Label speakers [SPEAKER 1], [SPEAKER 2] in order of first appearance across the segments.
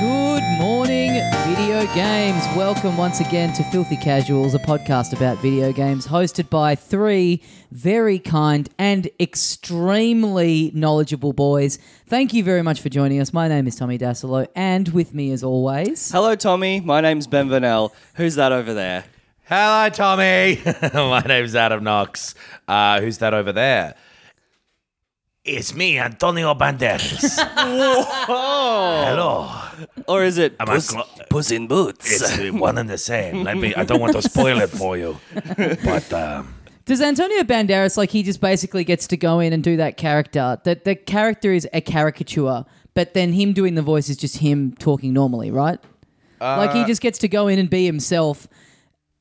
[SPEAKER 1] Good morning, video games. Welcome once again to Filthy Casuals, a podcast about video games hosted by three very kind and extremely knowledgeable boys. Thank you very much for joining us. My name is Tommy Dasilo, and with me, as always,
[SPEAKER 2] Hello, Tommy. My name's Ben Vanel. Who's that over there?
[SPEAKER 3] Hello, Tommy. My name's Adam Knox. Uh, who's that over there? It's me, Antonio Banderas. Hello.
[SPEAKER 2] Or is it
[SPEAKER 3] Am I
[SPEAKER 2] Puss,
[SPEAKER 3] clo-
[SPEAKER 2] Puss in Boots?
[SPEAKER 3] It's uh, one and the same. Let me. I don't want to spoil it for you, but um,
[SPEAKER 1] does Antonio Banderas like he just basically gets to go in and do that character? That the character is a caricature, but then him doing the voice is just him talking normally, right? like
[SPEAKER 3] Uh,
[SPEAKER 1] he just gets to go in and be himself.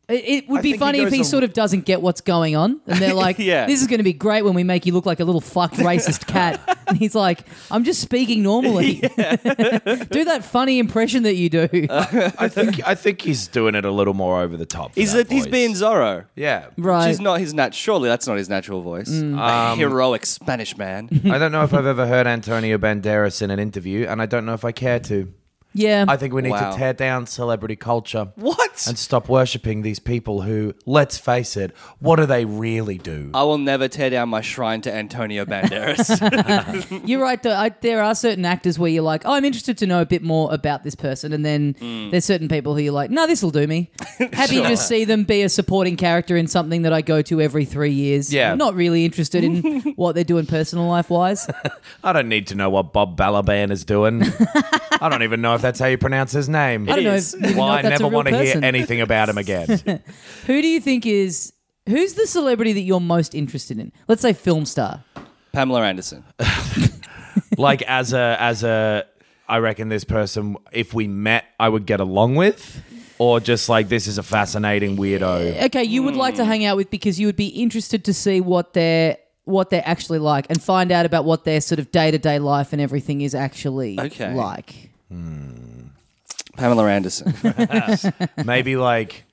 [SPEAKER 1] It, it would be
[SPEAKER 3] think he
[SPEAKER 1] funny if
[SPEAKER 3] goes
[SPEAKER 1] he
[SPEAKER 3] a-
[SPEAKER 1] sort of doesn't get what's going on, and they're like,
[SPEAKER 2] Yeah.
[SPEAKER 1] "This is going to be great when we make you look like a little fuck racist cat." and he's like, "I'm just speaking normally. do that funny impression that you
[SPEAKER 3] Uh,
[SPEAKER 1] do."
[SPEAKER 3] I think I think he's doing it a little more over the top. for
[SPEAKER 2] He's,
[SPEAKER 3] that
[SPEAKER 2] a, he's
[SPEAKER 3] voice.
[SPEAKER 2] being Zorro.
[SPEAKER 3] yeah.
[SPEAKER 1] right?
[SPEAKER 2] Which is not his nat. Surely that's not his natural voice.
[SPEAKER 1] Mm.
[SPEAKER 3] Um,
[SPEAKER 2] a heroic Spanish man.
[SPEAKER 3] I don't know if I've ever heard Antonio Banderas in an interview, and I don't know if I care to.
[SPEAKER 1] yeah.
[SPEAKER 3] I think we need
[SPEAKER 2] Wow.
[SPEAKER 3] to tear down celebrity culture.
[SPEAKER 2] what?
[SPEAKER 3] And stop worshipping these people who, let's face it, what do they really do?
[SPEAKER 2] I will never tear down my shrine to Antonio Banderas.
[SPEAKER 1] You're right. Though. I, there are certain actors where you're like, oh, I'm interested to know a bit more about this person, and then there's certain people who you're like, no, this will do me. Happy to just see them be a supporting character in something that I go to every three years.
[SPEAKER 3] Yeah.
[SPEAKER 1] I'm not really interested in what they're doing personal life wise.
[SPEAKER 3] I don't need to know what Bob Balaban is doing. I don't even know if that's how you pronounce his name.
[SPEAKER 1] I don't know.
[SPEAKER 2] is.
[SPEAKER 1] If, even
[SPEAKER 3] Well,
[SPEAKER 1] know if
[SPEAKER 3] I
[SPEAKER 1] that's
[SPEAKER 3] never
[SPEAKER 1] a real
[SPEAKER 3] want to hear
[SPEAKER 1] person.
[SPEAKER 3] anything about him again.
[SPEAKER 1] Who do you think is? Who's the celebrity that you're most interested in? Let's say film star.
[SPEAKER 2] Pamela Anderson.
[SPEAKER 3] like as a as a, I reckon this person, if we met, I would get along with, or just like this is a fascinating weirdo.
[SPEAKER 1] Okay, you would like to hang out with because you would be interested to see what they're what they're actually like and find out about what their sort of day to day life and everything is actually
[SPEAKER 2] Okay.
[SPEAKER 1] like.
[SPEAKER 2] Pamela Anderson.
[SPEAKER 3] Maybe like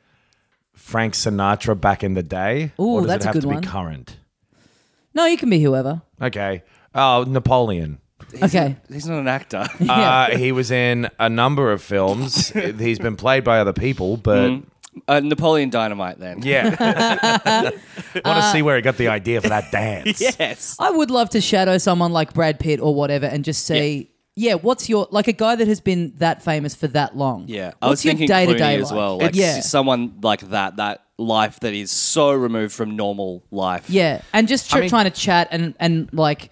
[SPEAKER 3] Frank Sinatra back in the day.
[SPEAKER 1] Ooh,
[SPEAKER 3] or does
[SPEAKER 1] that's
[SPEAKER 3] it
[SPEAKER 1] a
[SPEAKER 3] have
[SPEAKER 1] good
[SPEAKER 3] to
[SPEAKER 1] one.
[SPEAKER 3] be current?
[SPEAKER 1] No, you can be whoever.
[SPEAKER 3] Okay. Oh, Napoleon.
[SPEAKER 1] okay.
[SPEAKER 2] he's not an actor.
[SPEAKER 3] Uh, he was in a number of films. He's been played by other people, but
[SPEAKER 2] Uh, Napoleon Dynamite then.
[SPEAKER 3] yeah. Want to see where he got the idea for that dance?
[SPEAKER 2] Yes.
[SPEAKER 1] I would love to shadow someone like Brad Pitt or whatever and just see, yeah, what's your, like a guy that has been that famous for that long.
[SPEAKER 2] Yeah.
[SPEAKER 1] What's
[SPEAKER 2] I was
[SPEAKER 1] your
[SPEAKER 2] thinking
[SPEAKER 1] day-to-day
[SPEAKER 2] Clooney as
[SPEAKER 1] like? Uh,
[SPEAKER 2] well. Like
[SPEAKER 1] yeah.
[SPEAKER 2] someone like that, that life that is so removed from normal life.
[SPEAKER 1] Yeah, and just tr-
[SPEAKER 3] I mean-
[SPEAKER 1] trying to chat and and like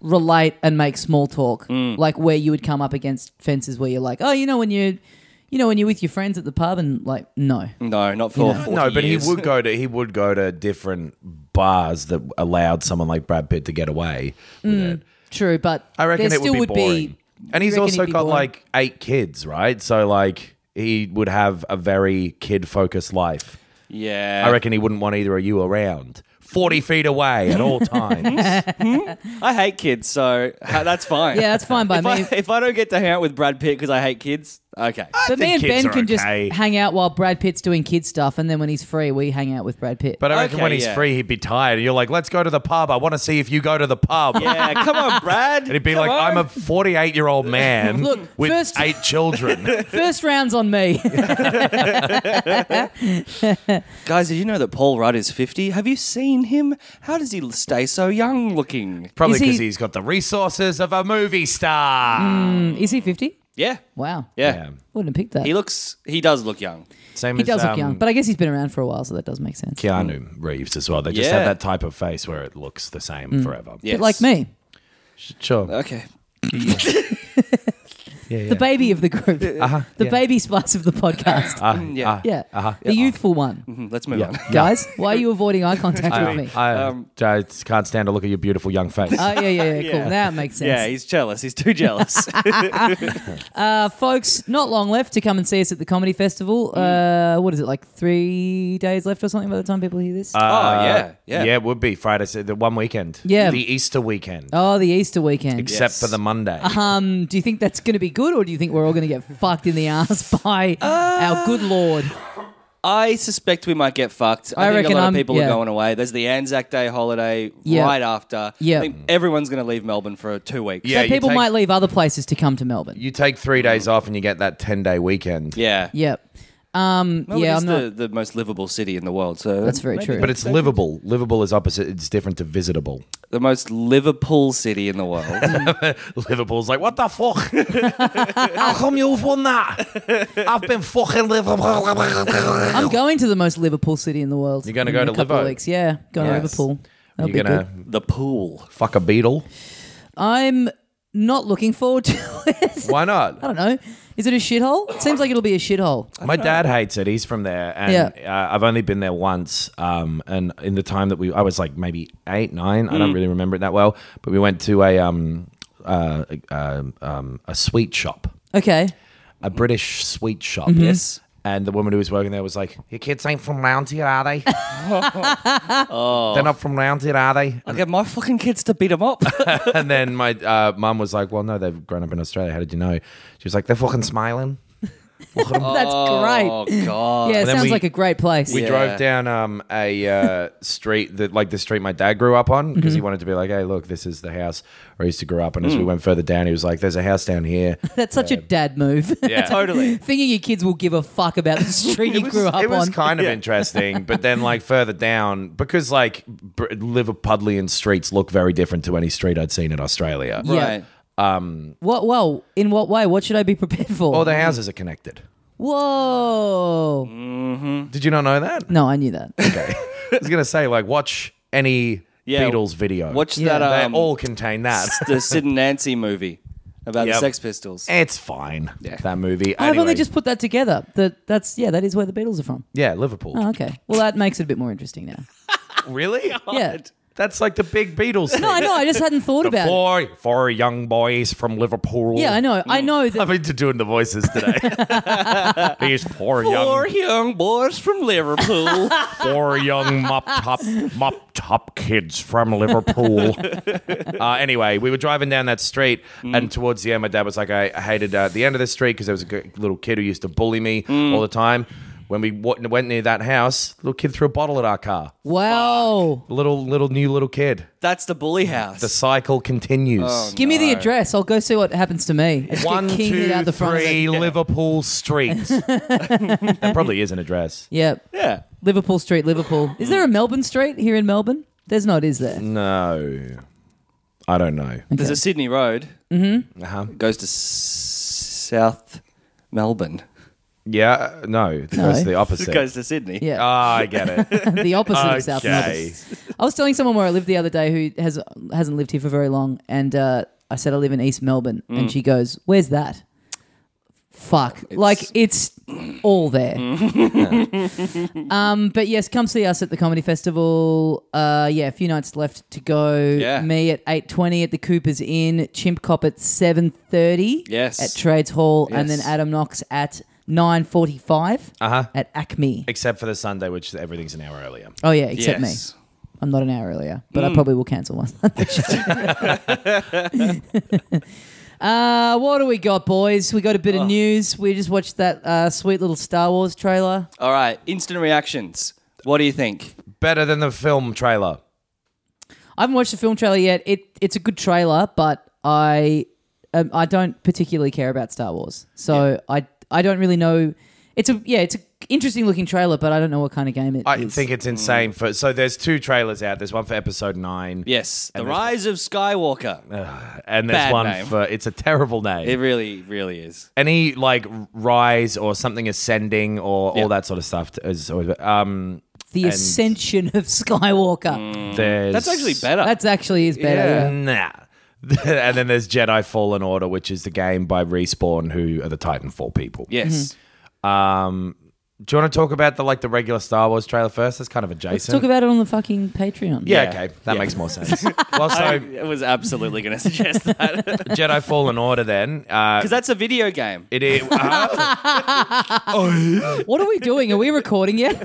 [SPEAKER 1] relate and make small talk,
[SPEAKER 3] Mm.
[SPEAKER 1] like where you would come up against fences where you're like, oh, you know when you, you know when you're with your friends at the pub and like, no,
[SPEAKER 3] Mm.
[SPEAKER 2] No, not for
[SPEAKER 1] know.
[SPEAKER 2] 40
[SPEAKER 3] No, but
[SPEAKER 2] years.
[SPEAKER 3] he would go to he would go to different bars that allowed someone like Brad Pitt to get away with it.
[SPEAKER 1] true, but
[SPEAKER 3] I reckon
[SPEAKER 1] there
[SPEAKER 3] it
[SPEAKER 1] still
[SPEAKER 3] would be boring. and
[SPEAKER 1] you
[SPEAKER 3] he's
[SPEAKER 1] reckon
[SPEAKER 3] also
[SPEAKER 1] it'd be
[SPEAKER 3] got
[SPEAKER 1] boring?
[SPEAKER 3] like eight kids, right? So like he would have a very kid focused life.
[SPEAKER 2] Yeah.
[SPEAKER 3] I reckon he wouldn't want either of you around. Forty feet away at all times.
[SPEAKER 2] I hate kids, so ha- that's fine.
[SPEAKER 1] Yeah, that's fine by
[SPEAKER 2] if I,
[SPEAKER 1] me.
[SPEAKER 2] if I don't get to hang out with Brad Pitt because I hate kids, Okay.
[SPEAKER 1] But me
[SPEAKER 3] think
[SPEAKER 1] and
[SPEAKER 3] kids
[SPEAKER 1] Ben
[SPEAKER 3] are
[SPEAKER 1] can just
[SPEAKER 3] okay.
[SPEAKER 1] hang out while Brad Pitt's doing kid stuff, and then when he's free, we hang out with Brad Pitt.
[SPEAKER 3] But I reckon
[SPEAKER 2] Okay,
[SPEAKER 3] when he's
[SPEAKER 2] yeah.
[SPEAKER 3] free, he'd be tired. You're like, let's go to the pub. I want to see if you go to the pub.
[SPEAKER 2] Yeah, come on, Brad.
[SPEAKER 3] And he'd be like, I'm a 48 year old man
[SPEAKER 1] Look,
[SPEAKER 3] with
[SPEAKER 1] first-
[SPEAKER 3] eight children.
[SPEAKER 1] First round's on me.
[SPEAKER 2] Guys, did you know that Paul Rudd is 50? Have you seen him? How does he stay so young looking?
[SPEAKER 3] Probably
[SPEAKER 1] Is he- Hmm.
[SPEAKER 3] because he... has got the resources of a movie star.
[SPEAKER 1] Is he 50?
[SPEAKER 2] Yeah.
[SPEAKER 1] Wow.
[SPEAKER 2] Yeah.
[SPEAKER 3] Yeah.
[SPEAKER 1] Wouldn't have picked that.
[SPEAKER 2] He looks, he does look young.
[SPEAKER 3] Same
[SPEAKER 1] He
[SPEAKER 3] as
[SPEAKER 1] does look
[SPEAKER 3] um,
[SPEAKER 1] young, but I guess he's been around for a while, so that does make sense.
[SPEAKER 3] Keanu Reeves as well. They just
[SPEAKER 2] Yeah.
[SPEAKER 3] have that type of face where it looks the same
[SPEAKER 1] Hmm.
[SPEAKER 3] forever.
[SPEAKER 2] Yeah.
[SPEAKER 1] But like me,
[SPEAKER 3] Sure.
[SPEAKER 2] Okay.
[SPEAKER 3] yeah, Uh-huh. yeah.
[SPEAKER 1] the baby of the group, the baby spice of the podcast.
[SPEAKER 3] Ah,
[SPEAKER 2] yeah.
[SPEAKER 3] ah,
[SPEAKER 1] yeah. The youthful one.
[SPEAKER 2] Mm, Let's move on.
[SPEAKER 1] Guys, why are you avoiding eye contact with me?
[SPEAKER 3] Mm-hmm. I,
[SPEAKER 2] Um,
[SPEAKER 3] I can't stand to look at your beautiful young face.
[SPEAKER 1] Oh, yeah, yeah, yeah, cool.
[SPEAKER 2] Yeah.
[SPEAKER 1] That makes sense.
[SPEAKER 2] Yeah, he's jealous. He's too jealous.
[SPEAKER 1] Uh, folks, not long left to come and see us at the Comedy Festival.
[SPEAKER 3] Mm.
[SPEAKER 1] Uh, what is it, like three days left or something by the time people hear this?
[SPEAKER 3] Uh,
[SPEAKER 2] Oh, yeah, yeah.
[SPEAKER 3] Yeah, it would be Friday, so the one weekend.
[SPEAKER 1] Yeah.
[SPEAKER 3] The Easter weekend,
[SPEAKER 1] oh, the Easter weekend.
[SPEAKER 3] except
[SPEAKER 2] yes.
[SPEAKER 3] for the Monday.
[SPEAKER 1] Um, do you think that's going to be good, or do you think we're all going to get fucked in the ass by our good lord?
[SPEAKER 2] I suspect we might get fucked. I,
[SPEAKER 1] I
[SPEAKER 2] think
[SPEAKER 1] reckon
[SPEAKER 2] a lot
[SPEAKER 1] I'm-
[SPEAKER 2] of people
[SPEAKER 1] yeah.
[SPEAKER 2] are going away. There's the Anzac Day holiday
[SPEAKER 1] Yeah.
[SPEAKER 2] right after.
[SPEAKER 1] Yeah.
[SPEAKER 2] I think everyone's going to leave Melbourne for two weeks.
[SPEAKER 3] Yeah,
[SPEAKER 1] so
[SPEAKER 3] you
[SPEAKER 1] people
[SPEAKER 3] take-
[SPEAKER 1] might leave other places to come to Melbourne.
[SPEAKER 3] You take three days off and you get that 10 day weekend.
[SPEAKER 2] Yeah.
[SPEAKER 1] Yep. Um,
[SPEAKER 2] Melbourne
[SPEAKER 1] yeah,
[SPEAKER 2] is
[SPEAKER 1] I'm not.
[SPEAKER 2] the, the most livable city in the world. So
[SPEAKER 1] That's very true.
[SPEAKER 3] But it's livable. Livable is opposite. It's different to visitable.
[SPEAKER 2] the most Liverpool city in the world.
[SPEAKER 3] Liverpool's like, what the fuck? How come you've won that? I've been fucking Liverpool.
[SPEAKER 1] I'm going to the most Liverpool city in the world.
[SPEAKER 3] You're gonna
[SPEAKER 1] in
[SPEAKER 3] go
[SPEAKER 1] a
[SPEAKER 3] to
[SPEAKER 1] couple of
[SPEAKER 3] Livo?
[SPEAKER 1] weeks. Yeah, going to
[SPEAKER 3] Yes.
[SPEAKER 1] Liverpool. That'll
[SPEAKER 3] You're
[SPEAKER 1] be
[SPEAKER 3] gonna
[SPEAKER 1] good.
[SPEAKER 2] the pool.
[SPEAKER 3] fuck a beetle?
[SPEAKER 1] I'm not looking forward to it.
[SPEAKER 3] Why not?
[SPEAKER 1] I don't know. Is it a shithole? It seems like it'll be a shithole.
[SPEAKER 3] My dad hates it. He's from there, and
[SPEAKER 1] Yeah.
[SPEAKER 3] uh, I've only been there once. Um, and in the time that we, I was like maybe eight, nine. I don't really remember it that well. But we went to a um, uh, uh, um, a sweet shop,
[SPEAKER 1] Okay.
[SPEAKER 3] a British sweet shop.
[SPEAKER 2] Yes.
[SPEAKER 1] Mm.
[SPEAKER 3] And the woman who was working there was like, "Your kids ain't from round here, are they? They're not from round here, are they?"
[SPEAKER 2] I get my fucking kids to beat them up.
[SPEAKER 3] And then my uh, mum was like, "Well, no, they've grown up in Australia. How did you know?" She was like, "They're fucking smiling." Look at 'em."
[SPEAKER 1] That's
[SPEAKER 2] Oh,
[SPEAKER 1] great.
[SPEAKER 2] God.
[SPEAKER 1] Yeah, it
[SPEAKER 3] then
[SPEAKER 1] sounds
[SPEAKER 3] we-
[SPEAKER 1] like a great place.
[SPEAKER 3] We
[SPEAKER 2] Yeah.
[SPEAKER 3] drove down um, a uh, street that like the street my dad grew up on
[SPEAKER 1] Mm-hmm.
[SPEAKER 3] because he wanted to be like, hey, look, this is the house where I used to grow up. And as we
[SPEAKER 1] Mm.
[SPEAKER 3] went further down, he was like, there's a house down here.
[SPEAKER 1] That's such a dad move.
[SPEAKER 2] Totally.
[SPEAKER 1] Thinking your kids will give a fuck about the street you grew up
[SPEAKER 3] it was
[SPEAKER 1] on.
[SPEAKER 3] kind of interesting, but then like further down, because like Br- Liverpudlian streets look very different to any street I'd seen in Australia.
[SPEAKER 1] Yeah.
[SPEAKER 2] Right.
[SPEAKER 1] What? Well, in what way? What should I be prepared for?
[SPEAKER 3] All the Oh, houses are connected.
[SPEAKER 1] Whoa!
[SPEAKER 3] Mm. Did you not know that?
[SPEAKER 1] No, I knew that.
[SPEAKER 3] I was gonna say like watch any
[SPEAKER 2] Yeah.
[SPEAKER 3] Beatles video.
[SPEAKER 2] Watch
[SPEAKER 1] Yeah.
[SPEAKER 3] they
[SPEAKER 2] that. Um,
[SPEAKER 3] all contain that.
[SPEAKER 2] the Sid and Nancy movie about the
[SPEAKER 3] Yep.
[SPEAKER 2] Sex Pistols.
[SPEAKER 3] It's fine. That movie.
[SPEAKER 1] I've only
[SPEAKER 3] Anyway.
[SPEAKER 1] just put that together. That that's yeah, that is where the Beatles are from.
[SPEAKER 3] yeah, Liverpool.
[SPEAKER 1] Oh, okay. Well, that makes it a bit more interesting now.
[SPEAKER 3] Really?
[SPEAKER 1] Yeah.
[SPEAKER 3] That's like the big Beatles thing.
[SPEAKER 1] No, Oh, I know. I just hadn't thought about it.
[SPEAKER 3] Four, four young boys from Liverpool.
[SPEAKER 1] Yeah, I know. I know
[SPEAKER 3] I've
[SPEAKER 1] that.
[SPEAKER 3] been doing the voices today. These four,
[SPEAKER 2] Four
[SPEAKER 3] young,
[SPEAKER 2] young boys from Liverpool.
[SPEAKER 3] four young mop top, mop top kids from Liverpool. uh, anyway, we were driving down that street, and towards the end, my dad was like, "I I hated uh, the end of this street because there was a g- little kid who used to bully me all the time." When we w- went near that house, little kid threw a bottle at our car.
[SPEAKER 1] Wow.
[SPEAKER 3] Little, little new little kid.
[SPEAKER 2] That's the bully house.
[SPEAKER 3] The cycle continues.
[SPEAKER 1] Give me the address. I'll go see what happens to me. Just get
[SPEAKER 3] One,
[SPEAKER 1] keying
[SPEAKER 3] two,
[SPEAKER 1] it out the front of
[SPEAKER 3] three,
[SPEAKER 1] it.
[SPEAKER 3] Liverpool Street. that probably is an address.
[SPEAKER 1] Yeah.
[SPEAKER 2] yeah.
[SPEAKER 1] Liverpool Street, Liverpool. Is
[SPEAKER 3] Mm.
[SPEAKER 1] there a Melbourne Street here in Melbourne? There's not, is there?
[SPEAKER 3] No, I don't know.
[SPEAKER 2] There's a Sydney Road.
[SPEAKER 3] Uh-huh.
[SPEAKER 2] It goes to s- South Melbourne.
[SPEAKER 3] Yeah, no, that goes to the
[SPEAKER 2] It
[SPEAKER 3] opposite.
[SPEAKER 2] goes to Sydney.
[SPEAKER 3] oh,
[SPEAKER 1] Yeah.
[SPEAKER 3] I get it.
[SPEAKER 1] the opposite of South Melbourne.
[SPEAKER 3] okay.
[SPEAKER 1] I was telling someone where I lived the other day who has hasn't lived here for very long, and uh, I said I live in East Melbourne,
[SPEAKER 2] Mm.
[SPEAKER 1] and she goes, "Where's that?" Fuck, like it's all there. um, but yes, come see us at the comedy festival. Uh, yeah, a few nights left to go.
[SPEAKER 2] Yeah.
[SPEAKER 1] Me at eight twenty at the Cooper's Inn, Chimp Cop at seven thirty.
[SPEAKER 2] Yes.
[SPEAKER 1] at Trades Hall, and then
[SPEAKER 2] Yes. Uh-huh.
[SPEAKER 1] Adam Knox at nine forty five. Uh huh. At Acme.
[SPEAKER 3] Except for the Sunday, which everything's an hour earlier.
[SPEAKER 1] Oh yeah, except me.
[SPEAKER 2] Yes.
[SPEAKER 1] I'm
[SPEAKER 3] Mm.
[SPEAKER 1] not an hour earlier, but I probably will cancel one. Uh, what do we got, boys? We got a bit
[SPEAKER 3] Oh.
[SPEAKER 1] of news. We just watched that uh, sweet little Star Wars trailer.
[SPEAKER 2] All right, instant reactions. What do you think?
[SPEAKER 3] Better than the film trailer.
[SPEAKER 1] I haven't watched the film trailer yet. It it's a good trailer, but I um, I don't particularly care about Star Wars, so I I don't really know. It's a yeah, it's an interesting looking trailer, but I don't know what kind of game it is.
[SPEAKER 3] I think it's insane. For so there's two trailers out. There's one for episode nine.
[SPEAKER 2] Yes, The
[SPEAKER 3] And there's-
[SPEAKER 2] Rise of Skywalker.
[SPEAKER 3] and there's
[SPEAKER 2] Bad
[SPEAKER 3] one
[SPEAKER 2] name.
[SPEAKER 3] for it's a terrible name.
[SPEAKER 2] It really, really is.
[SPEAKER 3] Any like rise or something ascending or
[SPEAKER 2] Yeah.
[SPEAKER 3] all that sort of stuff is always. Um,
[SPEAKER 1] the
[SPEAKER 3] and- Mm.
[SPEAKER 1] Ascension of Skywalker.
[SPEAKER 3] there's
[SPEAKER 2] Mm. That's actually better.
[SPEAKER 1] That's actually is better. yeah.
[SPEAKER 3] Nah. and then there's Jedi Fallen Order, which is the game by Respawn, who are the Titanfall people.
[SPEAKER 2] yes.
[SPEAKER 3] Do you want to talk about the like the regular Star Wars trailer first? That's kind of adjacent.
[SPEAKER 1] Let's talk about it on the fucking Patreon.
[SPEAKER 3] yeah,
[SPEAKER 2] Yeah.
[SPEAKER 3] okay, that
[SPEAKER 2] Yeah.
[SPEAKER 3] makes more sense. well, so
[SPEAKER 2] I was absolutely going to suggest that because
[SPEAKER 3] Jedi Fallen Order, then uh,
[SPEAKER 2] that's a video game.
[SPEAKER 3] it is. uh,
[SPEAKER 1] What are we doing? Are we recording yet?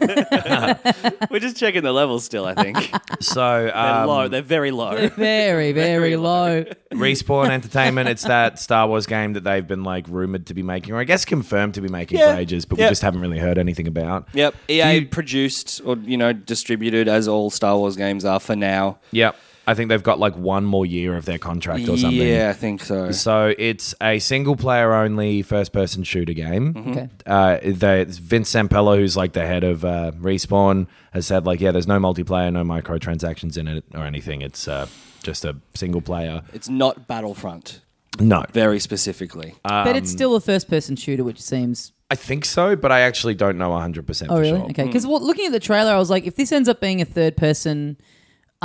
[SPEAKER 2] We're just checking the levels still. I think
[SPEAKER 3] Um, so
[SPEAKER 2] they're
[SPEAKER 3] um,
[SPEAKER 2] low. They're very low.
[SPEAKER 1] very, very low.
[SPEAKER 3] Respawn Entertainment. It's that Star Wars game that they've been like rumored to be making, or I guess confirmed to be making
[SPEAKER 2] Yeah.
[SPEAKER 3] for ages, but
[SPEAKER 2] Yep.
[SPEAKER 3] we just haven't really heard anything about.
[SPEAKER 2] Yep. EA
[SPEAKER 3] you-
[SPEAKER 2] produced or you know distributed as all Star Wars games are for now.
[SPEAKER 3] Yep. I think they've got like one more year of their contract or something.
[SPEAKER 2] Yeah, I think so.
[SPEAKER 3] So it's a single player only first person shooter game.
[SPEAKER 2] Mm-hmm.
[SPEAKER 1] Okay.
[SPEAKER 3] Uh, they, it's Vince Sampello, who's like the head of uh, Respawn, has said like, yeah, there's no multiplayer, no microtransactions in it or anything. It's uh, just a single player.
[SPEAKER 2] It's not Battlefront,
[SPEAKER 3] No,
[SPEAKER 2] very specifically.
[SPEAKER 1] but
[SPEAKER 3] Um,
[SPEAKER 1] it's still a first person shooter, which seems
[SPEAKER 3] I think so, but I actually don't know 100 percent.
[SPEAKER 1] Oh,
[SPEAKER 3] for
[SPEAKER 1] really?
[SPEAKER 3] Sure. Mm.
[SPEAKER 1] Okay. Because looking at the trailer, I was like, if this ends up being a third person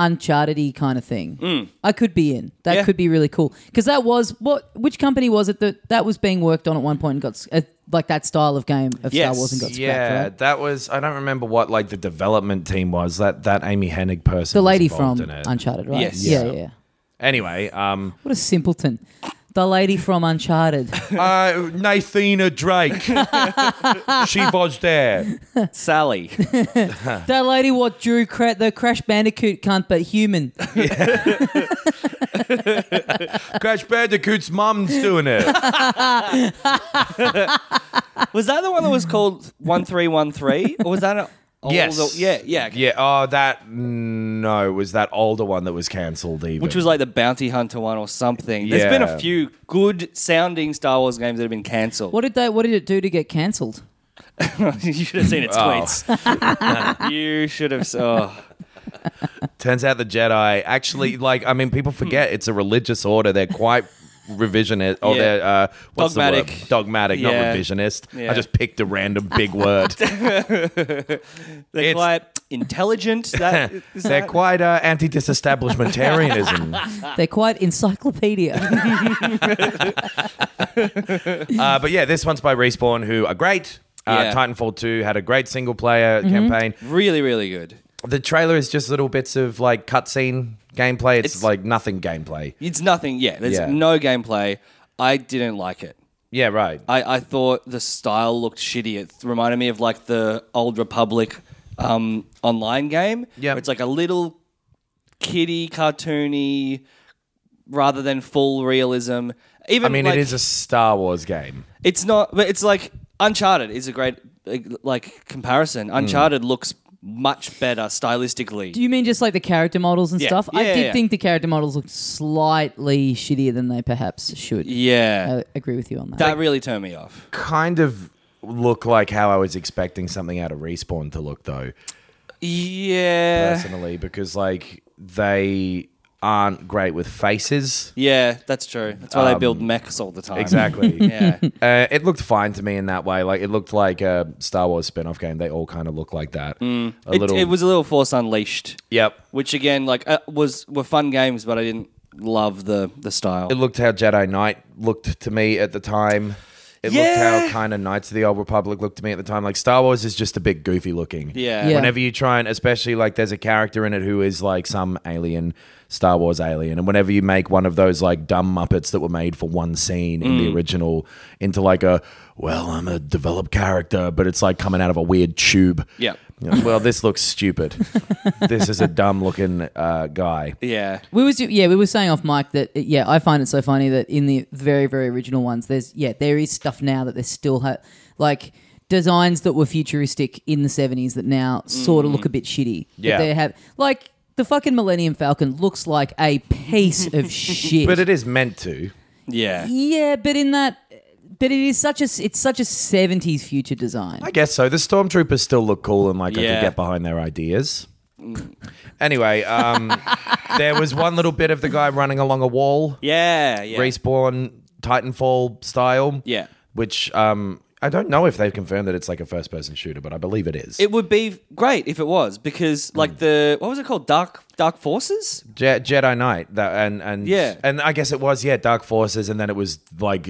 [SPEAKER 1] Uncharted kind of thing,
[SPEAKER 3] Mm.
[SPEAKER 1] I could be in. That
[SPEAKER 2] Yeah.
[SPEAKER 1] could be really cool. Because that was what? Which company was it that that was being worked on at one point and got s- uh, like that style of game of Star
[SPEAKER 2] Yes.
[SPEAKER 1] Wars and got scrapped?
[SPEAKER 3] Yeah,
[SPEAKER 1] right?
[SPEAKER 3] that was. I don't remember what like the development team was. That that Amy Hennig person,
[SPEAKER 1] the
[SPEAKER 3] was
[SPEAKER 1] lady
[SPEAKER 3] involved
[SPEAKER 1] from
[SPEAKER 3] in it.
[SPEAKER 1] Uncharted, right?
[SPEAKER 2] Yes.
[SPEAKER 1] Yeah.
[SPEAKER 2] Yeah.
[SPEAKER 1] yeah, yeah.
[SPEAKER 3] anyway, um,
[SPEAKER 1] What a simpleton. The lady from Uncharted.
[SPEAKER 3] uh, Nathina Drake, she was there.
[SPEAKER 2] Sally.
[SPEAKER 1] that lady what drew cra- the Crash Bandicoot cunt, but human.
[SPEAKER 3] Crash Bandicoot's mum's doing it.
[SPEAKER 2] was that the one that was called 1313? Or was that a. all
[SPEAKER 3] Yes.
[SPEAKER 2] the- yeah, yeah. okay.
[SPEAKER 3] yeah. Oh, that no, it was that older one that was cancelled even,
[SPEAKER 2] Which was like the Bounty Hunter one or something. There's been a
[SPEAKER 3] Yeah.
[SPEAKER 2] few good sounding Star Wars games that have been cancelled.
[SPEAKER 1] What did they? What did it do to get cancelled?
[SPEAKER 2] you should have seen
[SPEAKER 3] Oh.
[SPEAKER 2] its tweets. you should have. Oh.
[SPEAKER 3] Turns out the Jedi actually like I mean
[SPEAKER 2] Hmm.
[SPEAKER 3] people forget it's a religious order. They're quite revisionist or
[SPEAKER 2] Yeah.
[SPEAKER 3] they're uh, what's the word?
[SPEAKER 2] Dogmatic.
[SPEAKER 3] dogmatic,
[SPEAKER 2] Yeah.
[SPEAKER 3] not revisionist.
[SPEAKER 2] Yeah.
[SPEAKER 3] I just picked a random big word.
[SPEAKER 2] They're
[SPEAKER 3] It's-
[SPEAKER 2] quite intelligent. That, is
[SPEAKER 3] They're
[SPEAKER 2] that-
[SPEAKER 3] quite uh, anti-disestablishmentarianism.
[SPEAKER 1] They're quite encyclopedia.
[SPEAKER 3] uh, but yeah, this one's by Respawn, who are great. Uh,
[SPEAKER 2] Yeah. Mm-hmm.
[SPEAKER 3] Titanfall 2 had a great single-player campaign.
[SPEAKER 2] really, really good.
[SPEAKER 3] The trailer is just little bits of like cutscene gameplay. It's,
[SPEAKER 2] It's-
[SPEAKER 3] like nothing gameplay.
[SPEAKER 2] It's nothing. Yeah, there's
[SPEAKER 3] Yeah.
[SPEAKER 2] no gameplay. I didn't like it.
[SPEAKER 3] Yeah, right.
[SPEAKER 2] I, I thought the style looked shitty. It th- reminded me of like the Old Republic um, online game.
[SPEAKER 3] Yeah.
[SPEAKER 2] where It's like a little kiddie, cartoony, rather than full realism. Even
[SPEAKER 3] I mean,
[SPEAKER 2] like,
[SPEAKER 3] it is a Star Wars game.
[SPEAKER 2] It's not, but it's like Uncharted is a great like, like
[SPEAKER 3] Hmm.
[SPEAKER 2] comparison. Uncharted looks much better stylistically.
[SPEAKER 1] Do you mean just like the character models and
[SPEAKER 2] Yeah.
[SPEAKER 1] stuff? I
[SPEAKER 2] Yeah,
[SPEAKER 1] did
[SPEAKER 2] yeah.
[SPEAKER 1] think the character models looked slightly shittier than they perhaps should.
[SPEAKER 2] yeah,
[SPEAKER 1] I agree with you on that.
[SPEAKER 2] that really turned me off.
[SPEAKER 3] Kind of look like how I was expecting something out of Respawn to look, though,
[SPEAKER 2] Yeah,
[SPEAKER 3] personally, because like they aren't great with faces.
[SPEAKER 2] yeah, that's true. That's why they build mechs all the time.
[SPEAKER 3] Um, Exactly.
[SPEAKER 2] Yeah.
[SPEAKER 3] Uh, it looked fine to me in that way. Like it looked like a Star Wars spin-off game. They all kind of look like that. A
[SPEAKER 2] Mm. It,
[SPEAKER 3] little.
[SPEAKER 2] it was a little Force Unleashed,
[SPEAKER 3] Yep.
[SPEAKER 2] which again, like, uh, was were fun games, but I didn't love the the style.
[SPEAKER 3] It looked how Jedi Knight looked to me at the time. It
[SPEAKER 2] Yeah.
[SPEAKER 3] looked how kind of Knights of the Old Republic looked to me at the time. Like Star Wars is just a bit goofy looking.
[SPEAKER 2] Yeah.
[SPEAKER 1] Yeah.
[SPEAKER 3] Whenever you try and, especially like there's a character in it who is like some alien, Star Wars alien, and whenever you make one of those like dumb Muppets that were made for one scene in
[SPEAKER 2] Mm.
[SPEAKER 3] the original into like a well, I'm a developed character, but it's like coming out of a weird tube.
[SPEAKER 2] Yeah.
[SPEAKER 3] Yeah, Well, this looks stupid. this is a dumb looking uh, guy.
[SPEAKER 2] Yeah.
[SPEAKER 1] We was yeah we were saying off mic that uh, yeah I find it so funny that in the very very original ones there's yeah there is stuff now that they still ha- like designs that were futuristic in the seventies that now sort of look a bit shitty. But
[SPEAKER 3] Yeah.
[SPEAKER 1] they have like the fucking Millennium Falcon looks like a piece of shit.
[SPEAKER 3] But it is meant to.
[SPEAKER 2] Yeah.
[SPEAKER 1] yeah, but in that. But it is such a it's such a seventies future design.
[SPEAKER 3] I guess so. The stormtroopers still look cool and like I
[SPEAKER 2] Yeah.
[SPEAKER 3] could get behind their ideas. Mm. Anyway, um, there was one little bit of the guy running along a wall,
[SPEAKER 2] Yeah. Yeah.
[SPEAKER 3] respawn Titanfall style.
[SPEAKER 2] Yeah.
[SPEAKER 3] Which um, I don't know if they've confirmed that it's like a first person shooter, but I believe it is.
[SPEAKER 2] It would be great if it was because
[SPEAKER 3] Hmm.
[SPEAKER 2] like the what was it called? Dark Dark Forces?
[SPEAKER 3] Je- Jedi Knight, that and and
[SPEAKER 2] Yeah.
[SPEAKER 3] and I guess it was yeah Dark Forces, and then it was like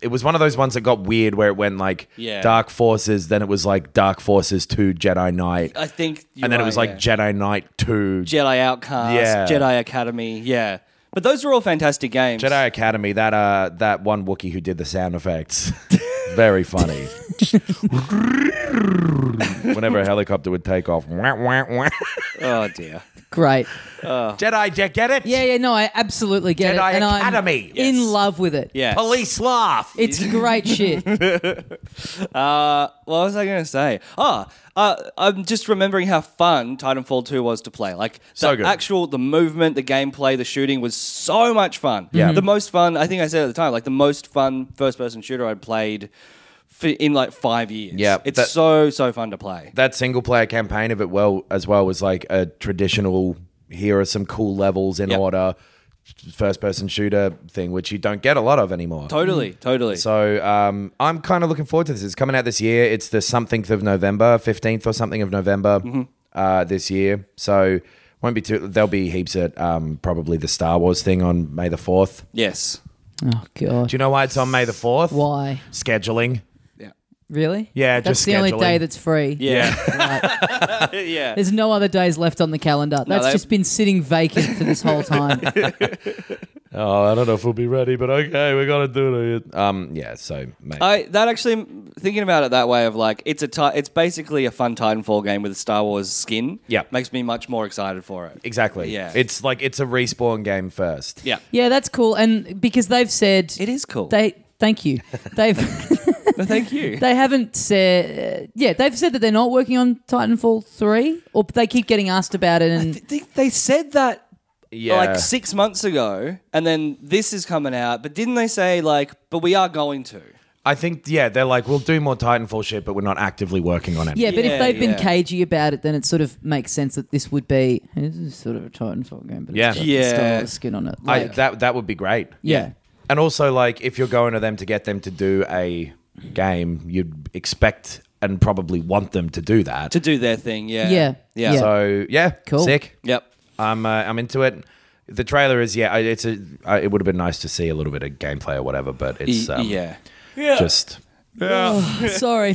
[SPEAKER 3] it was one of those ones that got weird where it went like
[SPEAKER 2] Yeah.
[SPEAKER 3] Dark Forces, then it was like Dark Forces Two Jedi Knight,
[SPEAKER 2] I think you're
[SPEAKER 3] and then
[SPEAKER 2] Uh, right,
[SPEAKER 3] it was like
[SPEAKER 2] yeah.
[SPEAKER 3] Jedi Knight Two
[SPEAKER 2] Jedi Outcast,
[SPEAKER 3] Yeah.
[SPEAKER 2] Jedi Academy, yeah. But those were all fantastic games.
[SPEAKER 3] Jedi Academy. That uh that one Wookiee who did the sound effects, very funny. Whenever a helicopter would take off, wah, wah, wah.
[SPEAKER 2] Oh dear.
[SPEAKER 1] Great.
[SPEAKER 3] Jedi, you get it?
[SPEAKER 1] Yeah, yeah, no, I absolutely get
[SPEAKER 3] Jedi
[SPEAKER 1] it. And
[SPEAKER 3] Academy.
[SPEAKER 1] I'm in
[SPEAKER 2] Yes.
[SPEAKER 1] love with it.
[SPEAKER 2] Yeah.
[SPEAKER 3] Police laugh.
[SPEAKER 1] It's great shit.
[SPEAKER 2] Uh, what was I going to say? Oh, uh, I'm just remembering how fun Titanfall 2 was to play. Like, the
[SPEAKER 3] So good.
[SPEAKER 2] actual, the movement, the gameplay, the shooting was so much fun.
[SPEAKER 3] Yeah.
[SPEAKER 2] The most fun, I think I said at the time, like the most fun first person shooter I'd played for, in like five years.
[SPEAKER 3] Yeah,
[SPEAKER 2] It's
[SPEAKER 3] that-
[SPEAKER 2] so, so fun to play.
[SPEAKER 3] that single player campaign of it well as well was like a traditional here are some cool levels in
[SPEAKER 2] Yep.
[SPEAKER 3] order first person shooter thing which you don't get a lot of anymore
[SPEAKER 2] Totally, totally.
[SPEAKER 3] Mm. so um, i'm kind of looking forward to this it's coming out this year it's the something of november 15th or something of november uh, this year so won't be too there'll be heaps at um, probably the star wars thing on may the 4th
[SPEAKER 2] yes.
[SPEAKER 1] oh god.
[SPEAKER 3] do you know why it's on may the 4th
[SPEAKER 1] Why?
[SPEAKER 3] scheduling
[SPEAKER 2] Yeah.
[SPEAKER 1] Really?
[SPEAKER 3] Yeah,
[SPEAKER 1] That's
[SPEAKER 3] just
[SPEAKER 1] the only
[SPEAKER 3] scheduling.
[SPEAKER 1] day that's free.
[SPEAKER 2] Yeah.
[SPEAKER 1] Right.
[SPEAKER 2] yeah.
[SPEAKER 1] There's no other days left on the calendar. That's
[SPEAKER 2] they-
[SPEAKER 1] just been sitting vacant for this whole time.
[SPEAKER 3] oh i don't know if we'll be ready but okay we're gonna do it um yeah so may
[SPEAKER 2] I that actually thinking about it that way of like it's a ti- it's basically a fun Titanfall game with a Star Wars skin.
[SPEAKER 3] Yeah.
[SPEAKER 2] makes me much more excited for it.
[SPEAKER 3] Exactly.
[SPEAKER 2] Yeah.
[SPEAKER 3] It's like it's a respawn game first.
[SPEAKER 2] Yeah,
[SPEAKER 1] Yeah, that's cool. And because they've said
[SPEAKER 2] it is cool.
[SPEAKER 1] they thank you. They've
[SPEAKER 2] No, thank you.
[SPEAKER 1] They haven't said. uh, Yeah, they've said that they're not working on Titanfall three, or they keep getting asked about it. And
[SPEAKER 2] They, they said that
[SPEAKER 3] Yeah.
[SPEAKER 2] like six months ago, and then this is coming out. But didn't they say like, but we are going to?
[SPEAKER 3] I think yeah, they're like we'll do more Titanfall shit, but we're not actively working on it.
[SPEAKER 1] yeah, but
[SPEAKER 2] Yeah,
[SPEAKER 1] if they've been
[SPEAKER 2] yeah.
[SPEAKER 1] cagey about it, then it sort of makes sense that this would be this is sort of a Titanfall game, but
[SPEAKER 3] Yeah.
[SPEAKER 1] it's got
[SPEAKER 2] Yeah.
[SPEAKER 1] Star Wars skin on it.
[SPEAKER 3] I,
[SPEAKER 1] Like,
[SPEAKER 3] that that would be great.
[SPEAKER 1] yeah.
[SPEAKER 3] And also like if you're going to them to get them to do a game, you'd expect and probably want them to do that.
[SPEAKER 2] To do their thing, yeah,
[SPEAKER 1] Yeah.
[SPEAKER 2] yeah.
[SPEAKER 1] Yeah.
[SPEAKER 3] So yeah,
[SPEAKER 1] Cool.
[SPEAKER 3] sick.
[SPEAKER 2] Yep.
[SPEAKER 3] I'm uh, I'm into it. The trailer is yeah, I- it's a I, it would have been nice to see a little bit of gameplay or whatever, but it's
[SPEAKER 2] Y-
[SPEAKER 3] um,
[SPEAKER 2] yeah.
[SPEAKER 3] just
[SPEAKER 1] oh, Sorry,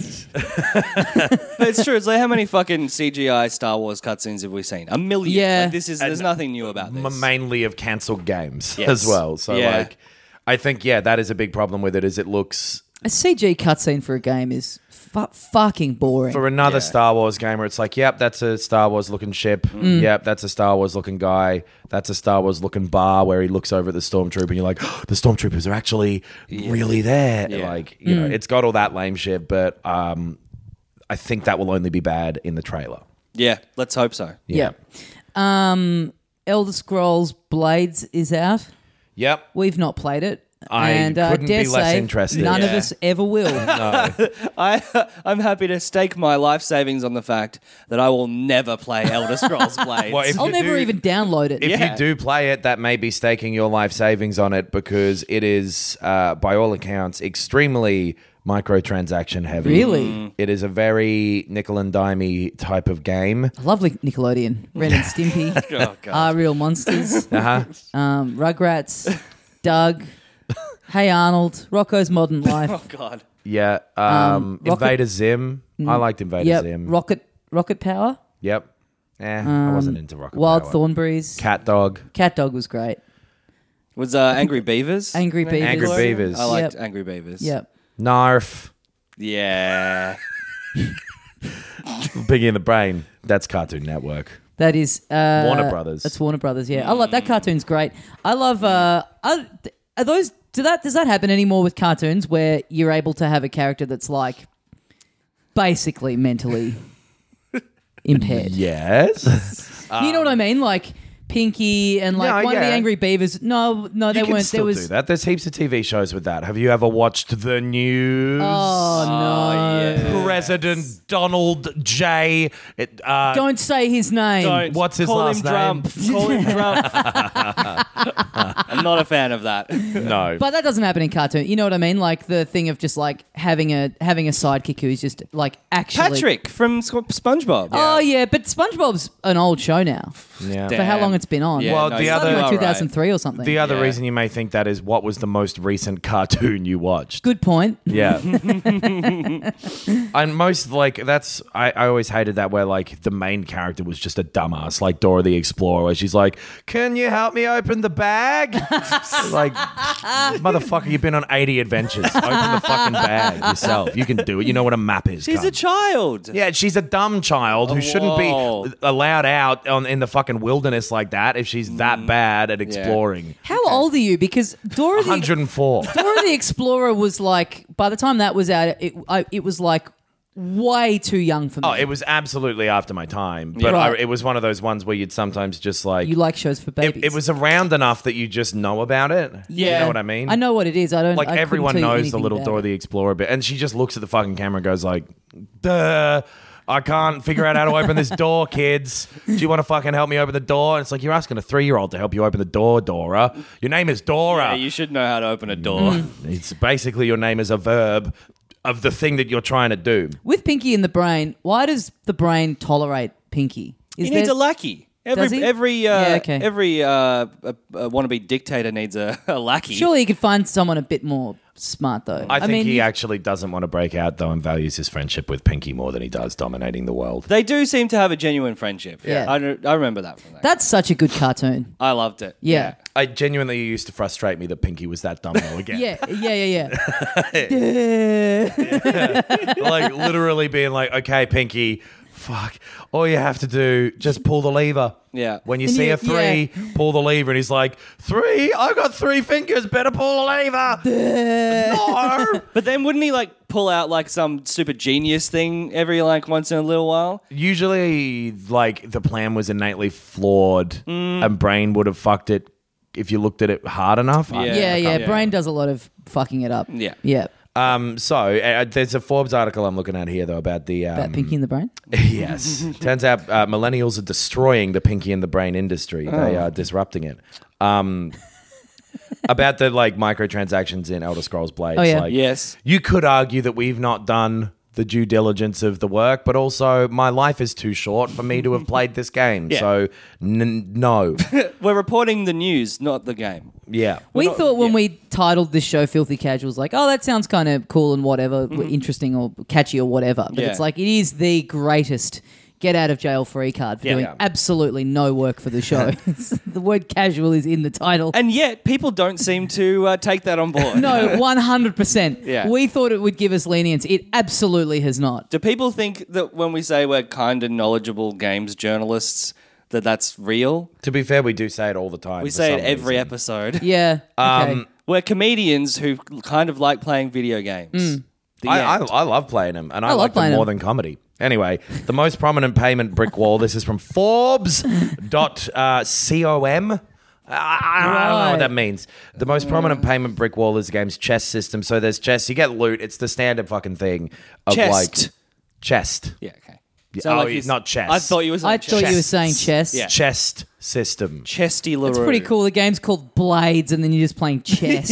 [SPEAKER 2] But it's true. It's like how many fucking CGI Star Wars cutscenes have we seen? A million.
[SPEAKER 1] Yeah.
[SPEAKER 2] Like, this is. There's nothing new about this.
[SPEAKER 3] m- mainly of cancelled games
[SPEAKER 2] Yes.
[SPEAKER 3] as well. So
[SPEAKER 2] Yeah.
[SPEAKER 3] like, I think yeah, that is a big problem with it. Is it looks
[SPEAKER 1] a CG cutscene for a game is fu- fucking boring.
[SPEAKER 3] for another
[SPEAKER 2] Yeah.
[SPEAKER 3] Star Wars gamer, it's like, yep, that's a Star Wars looking ship.
[SPEAKER 2] Mm.
[SPEAKER 3] Yep, that's a Star Wars looking guy. That's a Star Wars looking bar where he looks over at the stormtrooper and you're like, the stormtroopers are actually really there.
[SPEAKER 2] Yeah. Mm.
[SPEAKER 3] Like, you know, it's got all that lame shit, but um, I think that will only be bad in the trailer.
[SPEAKER 2] yeah. Let's hope so.
[SPEAKER 1] yeah. Um, Elder Scrolls Blades is out.
[SPEAKER 3] Yep.
[SPEAKER 1] We've not played it.
[SPEAKER 3] I
[SPEAKER 1] and, uh,
[SPEAKER 3] couldn't
[SPEAKER 1] dare
[SPEAKER 3] be less
[SPEAKER 1] say,
[SPEAKER 3] interested.
[SPEAKER 1] None of
[SPEAKER 2] Yeah.
[SPEAKER 1] us ever will.
[SPEAKER 2] I, I'm happy to stake my life savings on the fact that I will never play Elder Scrolls Blades. Oh,
[SPEAKER 3] Well, if-
[SPEAKER 1] I'll
[SPEAKER 3] you
[SPEAKER 1] never
[SPEAKER 3] do-
[SPEAKER 1] even download it.
[SPEAKER 3] If
[SPEAKER 2] Yeah.
[SPEAKER 3] you do play it, that may be staking your life savings on it because it is, uh, by all accounts, extremely microtransaction heavy.
[SPEAKER 1] Really? Mm.
[SPEAKER 3] It is a very nickel and dimey type of game.
[SPEAKER 1] Lovely Nickelodeon, Ren and Stimpy,
[SPEAKER 2] oh, God.
[SPEAKER 1] Are Real Monsters,
[SPEAKER 3] Uh-huh.
[SPEAKER 1] um, Rugrats, Doug, Hey Arnold, Rocco's Modern Life.
[SPEAKER 2] oh, God.
[SPEAKER 3] Yeah. Um,
[SPEAKER 1] Rocket- Mm.
[SPEAKER 3] Invader Zim. I liked Invader
[SPEAKER 1] yep,
[SPEAKER 3] Zim.
[SPEAKER 1] Rocket Rocket Power,
[SPEAKER 3] yep. Eh, I wasn't into Rocket
[SPEAKER 1] Um, Wild
[SPEAKER 3] Power.
[SPEAKER 1] Thornberries,
[SPEAKER 3] Cat Dog.
[SPEAKER 1] Cat Dog was great.
[SPEAKER 2] Was uh, Angry Beavers?
[SPEAKER 1] Angry Beavers.
[SPEAKER 3] Angry Beavers.
[SPEAKER 2] I liked
[SPEAKER 1] Yep.
[SPEAKER 2] Angry Beavers.
[SPEAKER 1] Yep.
[SPEAKER 3] Narf.
[SPEAKER 2] Yeah.
[SPEAKER 3] Biggie in the Brain. That's Cartoon Network.
[SPEAKER 1] That is uh,
[SPEAKER 3] Warner Brothers.
[SPEAKER 1] That's Warner Brothers. Yeah, I love that cartoon's great. I love. Uh, I, are those? Do that? Does that happen anymore with cartoons where you're able to have a character that's like basically mentally impaired?
[SPEAKER 3] Yes.
[SPEAKER 1] you know what I mean? Like Pinky and like
[SPEAKER 3] Um, No,
[SPEAKER 1] one of the
[SPEAKER 3] yeah.
[SPEAKER 1] Angry Beavers. No, no, they
[SPEAKER 3] you can
[SPEAKER 1] weren't.
[SPEAKER 3] still
[SPEAKER 1] there was.
[SPEAKER 3] do that. There's heaps of TV shows with that. Have you ever watched the news?
[SPEAKER 1] Oh no!
[SPEAKER 3] President Donald J. It, uh,
[SPEAKER 1] Don't say his name.
[SPEAKER 2] Don't.
[SPEAKER 3] What's his
[SPEAKER 2] Call
[SPEAKER 3] last
[SPEAKER 2] him
[SPEAKER 3] name?
[SPEAKER 2] Trump. Call him Trump. I'm not a fan of that.
[SPEAKER 3] no.
[SPEAKER 1] But that doesn't happen in cartoon. You know what I mean? Like the thing of just like having a having a sidekick who's just like actually
[SPEAKER 2] Patrick from Squ- SpongeBob.
[SPEAKER 1] Oh yeah, but SpongeBob's an old show now.
[SPEAKER 3] Yeah.
[SPEAKER 1] For how long it's been on?
[SPEAKER 2] Yeah,
[SPEAKER 3] Well, the
[SPEAKER 2] you-
[SPEAKER 3] other-
[SPEAKER 1] Started
[SPEAKER 2] you
[SPEAKER 1] in
[SPEAKER 2] are right.
[SPEAKER 1] 2003 or something.
[SPEAKER 3] The other
[SPEAKER 2] Yeah.
[SPEAKER 3] reason you may think that is what was the most recent cartoon you watched?
[SPEAKER 1] Good point.
[SPEAKER 3] Yeah. and most like that's I, I always hated that where like the main character was just a dumbass, like Dora the Explorer, where she's like, Can you help me open the bag? like motherfucker, you've been on 80 adventures. Open the fucking bag yourself. You can do it. You know what a map is.
[SPEAKER 2] She's a
[SPEAKER 3] cunt.
[SPEAKER 2] child.
[SPEAKER 3] yeah, she's a dumb child who shouldn't
[SPEAKER 2] Whoa.
[SPEAKER 3] be allowed out on, in the fucking wilderness like that if she's that bad at exploring.
[SPEAKER 1] How old are you? Because Dora the,
[SPEAKER 3] 104.
[SPEAKER 1] Dora the Explorer was like by the time that was out, it I, it was like way too young for me.
[SPEAKER 3] Oh, it was absolutely after my time, but
[SPEAKER 1] Right.
[SPEAKER 3] I, it was one of those ones where you'd sometimes just like
[SPEAKER 1] you like shows for babies.
[SPEAKER 3] it, it was around enough that you just know about it. you know what I mean.
[SPEAKER 1] I know what it is. I don't
[SPEAKER 3] Like
[SPEAKER 1] I couldn't
[SPEAKER 3] everyone
[SPEAKER 1] tell you
[SPEAKER 3] knows the
[SPEAKER 1] anything
[SPEAKER 3] little
[SPEAKER 1] about
[SPEAKER 3] Dora
[SPEAKER 1] it.
[SPEAKER 3] the Explorer bit, and she just looks at the fucking camera and goes like, "Duh." I can't figure out how to open this door, kids. Do you want to fucking help me open the door? And it's like you're asking a three-year-old to help you open the door, Dora. Your name is Dora.
[SPEAKER 2] Yeah, you should know how to open a door.
[SPEAKER 1] Mm.
[SPEAKER 3] it's basically your name is a verb of the thing that you're trying to do.
[SPEAKER 1] With Pinky in the brain, why does the brain tolerate Pinky? Is
[SPEAKER 2] He needs
[SPEAKER 1] there-
[SPEAKER 2] a lackey. Every
[SPEAKER 1] Does he?
[SPEAKER 2] every uh,
[SPEAKER 1] Yeah, okay.
[SPEAKER 2] every uh, uh, uh, wannabe dictator needs a, a lackey.
[SPEAKER 1] Surely you could find someone a bit more smart though.
[SPEAKER 3] I think
[SPEAKER 1] mean,
[SPEAKER 3] he
[SPEAKER 1] you-
[SPEAKER 3] actually doesn't want to break out though and values his friendship with Pinky more than he does dominating the world.
[SPEAKER 2] They do seem to have a genuine friendship.
[SPEAKER 1] Yeah.
[SPEAKER 2] I, re- I remember that from that.
[SPEAKER 1] that's such a good cartoon.
[SPEAKER 2] I loved it.
[SPEAKER 1] Yeah.
[SPEAKER 3] I genuinely used to frustrate me that Pinky was that dumb though again.
[SPEAKER 1] Yeah, yeah, yeah, yeah. yeah.
[SPEAKER 3] like literally being like, okay, Pinky, fuck. All you have to do, just pull the lever.
[SPEAKER 2] Yeah.
[SPEAKER 3] When you
[SPEAKER 1] And
[SPEAKER 3] see
[SPEAKER 1] you-
[SPEAKER 3] a three, pull the lever. And he's like, three? I got three fingers. Better pull the lever. no.
[SPEAKER 2] But then wouldn't he like pull out like some super genius thing every like once in a little while?
[SPEAKER 3] Usually, like, the plan was innately flawed
[SPEAKER 2] Mm.
[SPEAKER 3] and Brain would have fucked it if you looked at it hard enough. I-
[SPEAKER 2] Yeah.
[SPEAKER 1] yeah, yeah.
[SPEAKER 2] Yeah.
[SPEAKER 1] Brain does a lot of fucking it up.
[SPEAKER 2] Yeah.
[SPEAKER 1] yeah.
[SPEAKER 3] Um, so uh, there's a Forbes article I'm looking at here though about the
[SPEAKER 1] That
[SPEAKER 3] um,
[SPEAKER 1] Pinky in the Brain.
[SPEAKER 3] yes. Turns out uh, millennials are destroying the pinky in the brain industry. They
[SPEAKER 1] Oh.
[SPEAKER 3] are disrupting it. Um, about the like microtransactions in Elder Scrolls Blades.
[SPEAKER 1] Oh, yeah.
[SPEAKER 3] like,
[SPEAKER 2] Yes.
[SPEAKER 3] You could argue that we've not done the due diligence of the work, but also my life is too short for me to have played this game.
[SPEAKER 2] Yeah.
[SPEAKER 3] So n- no,
[SPEAKER 2] We're reporting the news, not the game.
[SPEAKER 3] yeah.
[SPEAKER 1] We
[SPEAKER 2] not-
[SPEAKER 1] thought when
[SPEAKER 2] yeah.
[SPEAKER 1] we titled this show "Filthy Casuals," like, oh, that sounds kind of cool and whatever, interesting or catchy or whatever. But
[SPEAKER 2] Mm-hmm. Yeah.
[SPEAKER 1] it's like it is the greatest get out of jail free card for doing
[SPEAKER 3] Yeah.
[SPEAKER 1] absolutely no work for the show. the word "casual" is in the title.
[SPEAKER 2] And yet, people don't seem to uh, take that on board.
[SPEAKER 1] no, one hundred percent.
[SPEAKER 2] Yeah.
[SPEAKER 1] We thought it would give us lenience. It absolutely has not.
[SPEAKER 2] Do people think that when we say we're kind and knowledgeable games journalists, that that's real?
[SPEAKER 3] To be fair, we do say it all the time.
[SPEAKER 2] We say it every episode.
[SPEAKER 1] Yeah. Okay.
[SPEAKER 2] We're comedians who kind of like playing video games.
[SPEAKER 1] Mm.
[SPEAKER 2] The
[SPEAKER 3] I, I,
[SPEAKER 2] end.
[SPEAKER 3] I love playing them, and I,
[SPEAKER 1] love
[SPEAKER 3] like them
[SPEAKER 1] playing
[SPEAKER 3] more
[SPEAKER 1] them.
[SPEAKER 3] than comedy. Anyway, the most prominent payment brick wall. This is from Forbes.com. Uh, com. I, I don't know
[SPEAKER 1] Right.
[SPEAKER 3] what that means. The most prominent payment brick wall is the game's chess system. So there's chess. You get loot. It's the standard fucking thing of
[SPEAKER 2] Chest.
[SPEAKER 3] like chest.
[SPEAKER 2] yeah, okay.
[SPEAKER 3] Yeah,
[SPEAKER 2] Sound
[SPEAKER 3] oh,
[SPEAKER 2] you-
[SPEAKER 3] it's not chess.
[SPEAKER 2] I thought you was.
[SPEAKER 1] I
[SPEAKER 2] Like
[SPEAKER 1] thought you were
[SPEAKER 2] chest.
[SPEAKER 1] saying chess.
[SPEAKER 2] Yeah.
[SPEAKER 3] Chest system.
[SPEAKER 2] chesty. Larue.
[SPEAKER 1] It's pretty cool. The game's called Blades, and then you're just playing chess.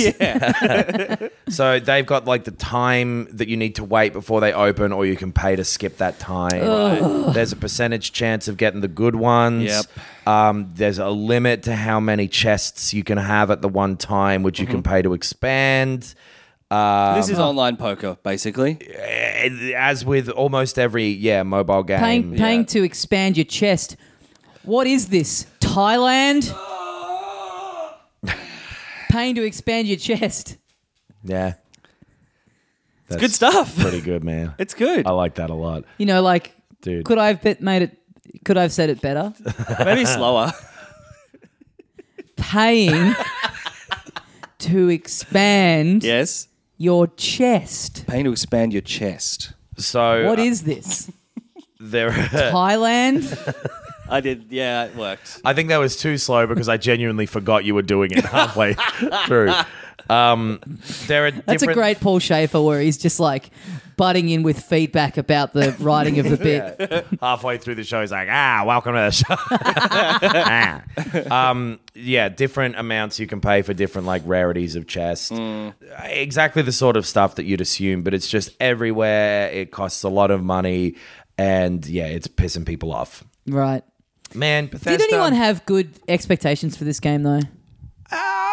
[SPEAKER 3] So they've got like the time that you need to wait before they open, or you can pay to skip that time. There's a percentage chance of getting the good ones.
[SPEAKER 2] Yep.
[SPEAKER 3] Um, there's a limit to how many chests you can have at the one time, which you can
[SPEAKER 2] Mm-hmm.
[SPEAKER 3] pay to expand. Uh,
[SPEAKER 2] This is
[SPEAKER 1] Um,
[SPEAKER 2] online poker, basically.
[SPEAKER 3] Eh, as with almost every yeah mobile game,
[SPEAKER 1] Paying, paying to expand your chest. What is this? Thailand? paying to expand your chest.
[SPEAKER 3] yeah, that's
[SPEAKER 2] Good stuff.
[SPEAKER 3] Pretty good, man.
[SPEAKER 2] It's good.
[SPEAKER 3] Oh. I like that a lot.
[SPEAKER 1] You know, like
[SPEAKER 3] dude.
[SPEAKER 1] Could I have bet made it? Could I have said it better?
[SPEAKER 2] Maybe slower.
[SPEAKER 1] Paying to expand
[SPEAKER 2] yes.
[SPEAKER 1] your chest.
[SPEAKER 2] Pain to expand your chest.
[SPEAKER 3] So
[SPEAKER 1] What
[SPEAKER 3] uh,
[SPEAKER 1] is this?
[SPEAKER 3] there?
[SPEAKER 1] Thailand?
[SPEAKER 2] I did. Yeah, it worked.
[SPEAKER 3] I think that was too slow because I genuinely forgot you were doing it halfway through. Um, there are
[SPEAKER 1] That's a great Paul Schaefer where he's just like butting in with feedback about the writing of the bit.
[SPEAKER 3] halfway through the show, he's like, ah, welcome to the show. Ah. Um, yeah, different amounts you can pay for different like rarities of chest. Exactly the sort of stuff that you'd assume, but it's just everywhere. It costs a lot of money, and yeah, it's pissing people off.
[SPEAKER 1] Right.
[SPEAKER 3] Man, Bethesda.
[SPEAKER 1] Did anyone have good expectations for this game though?
[SPEAKER 3] Uh,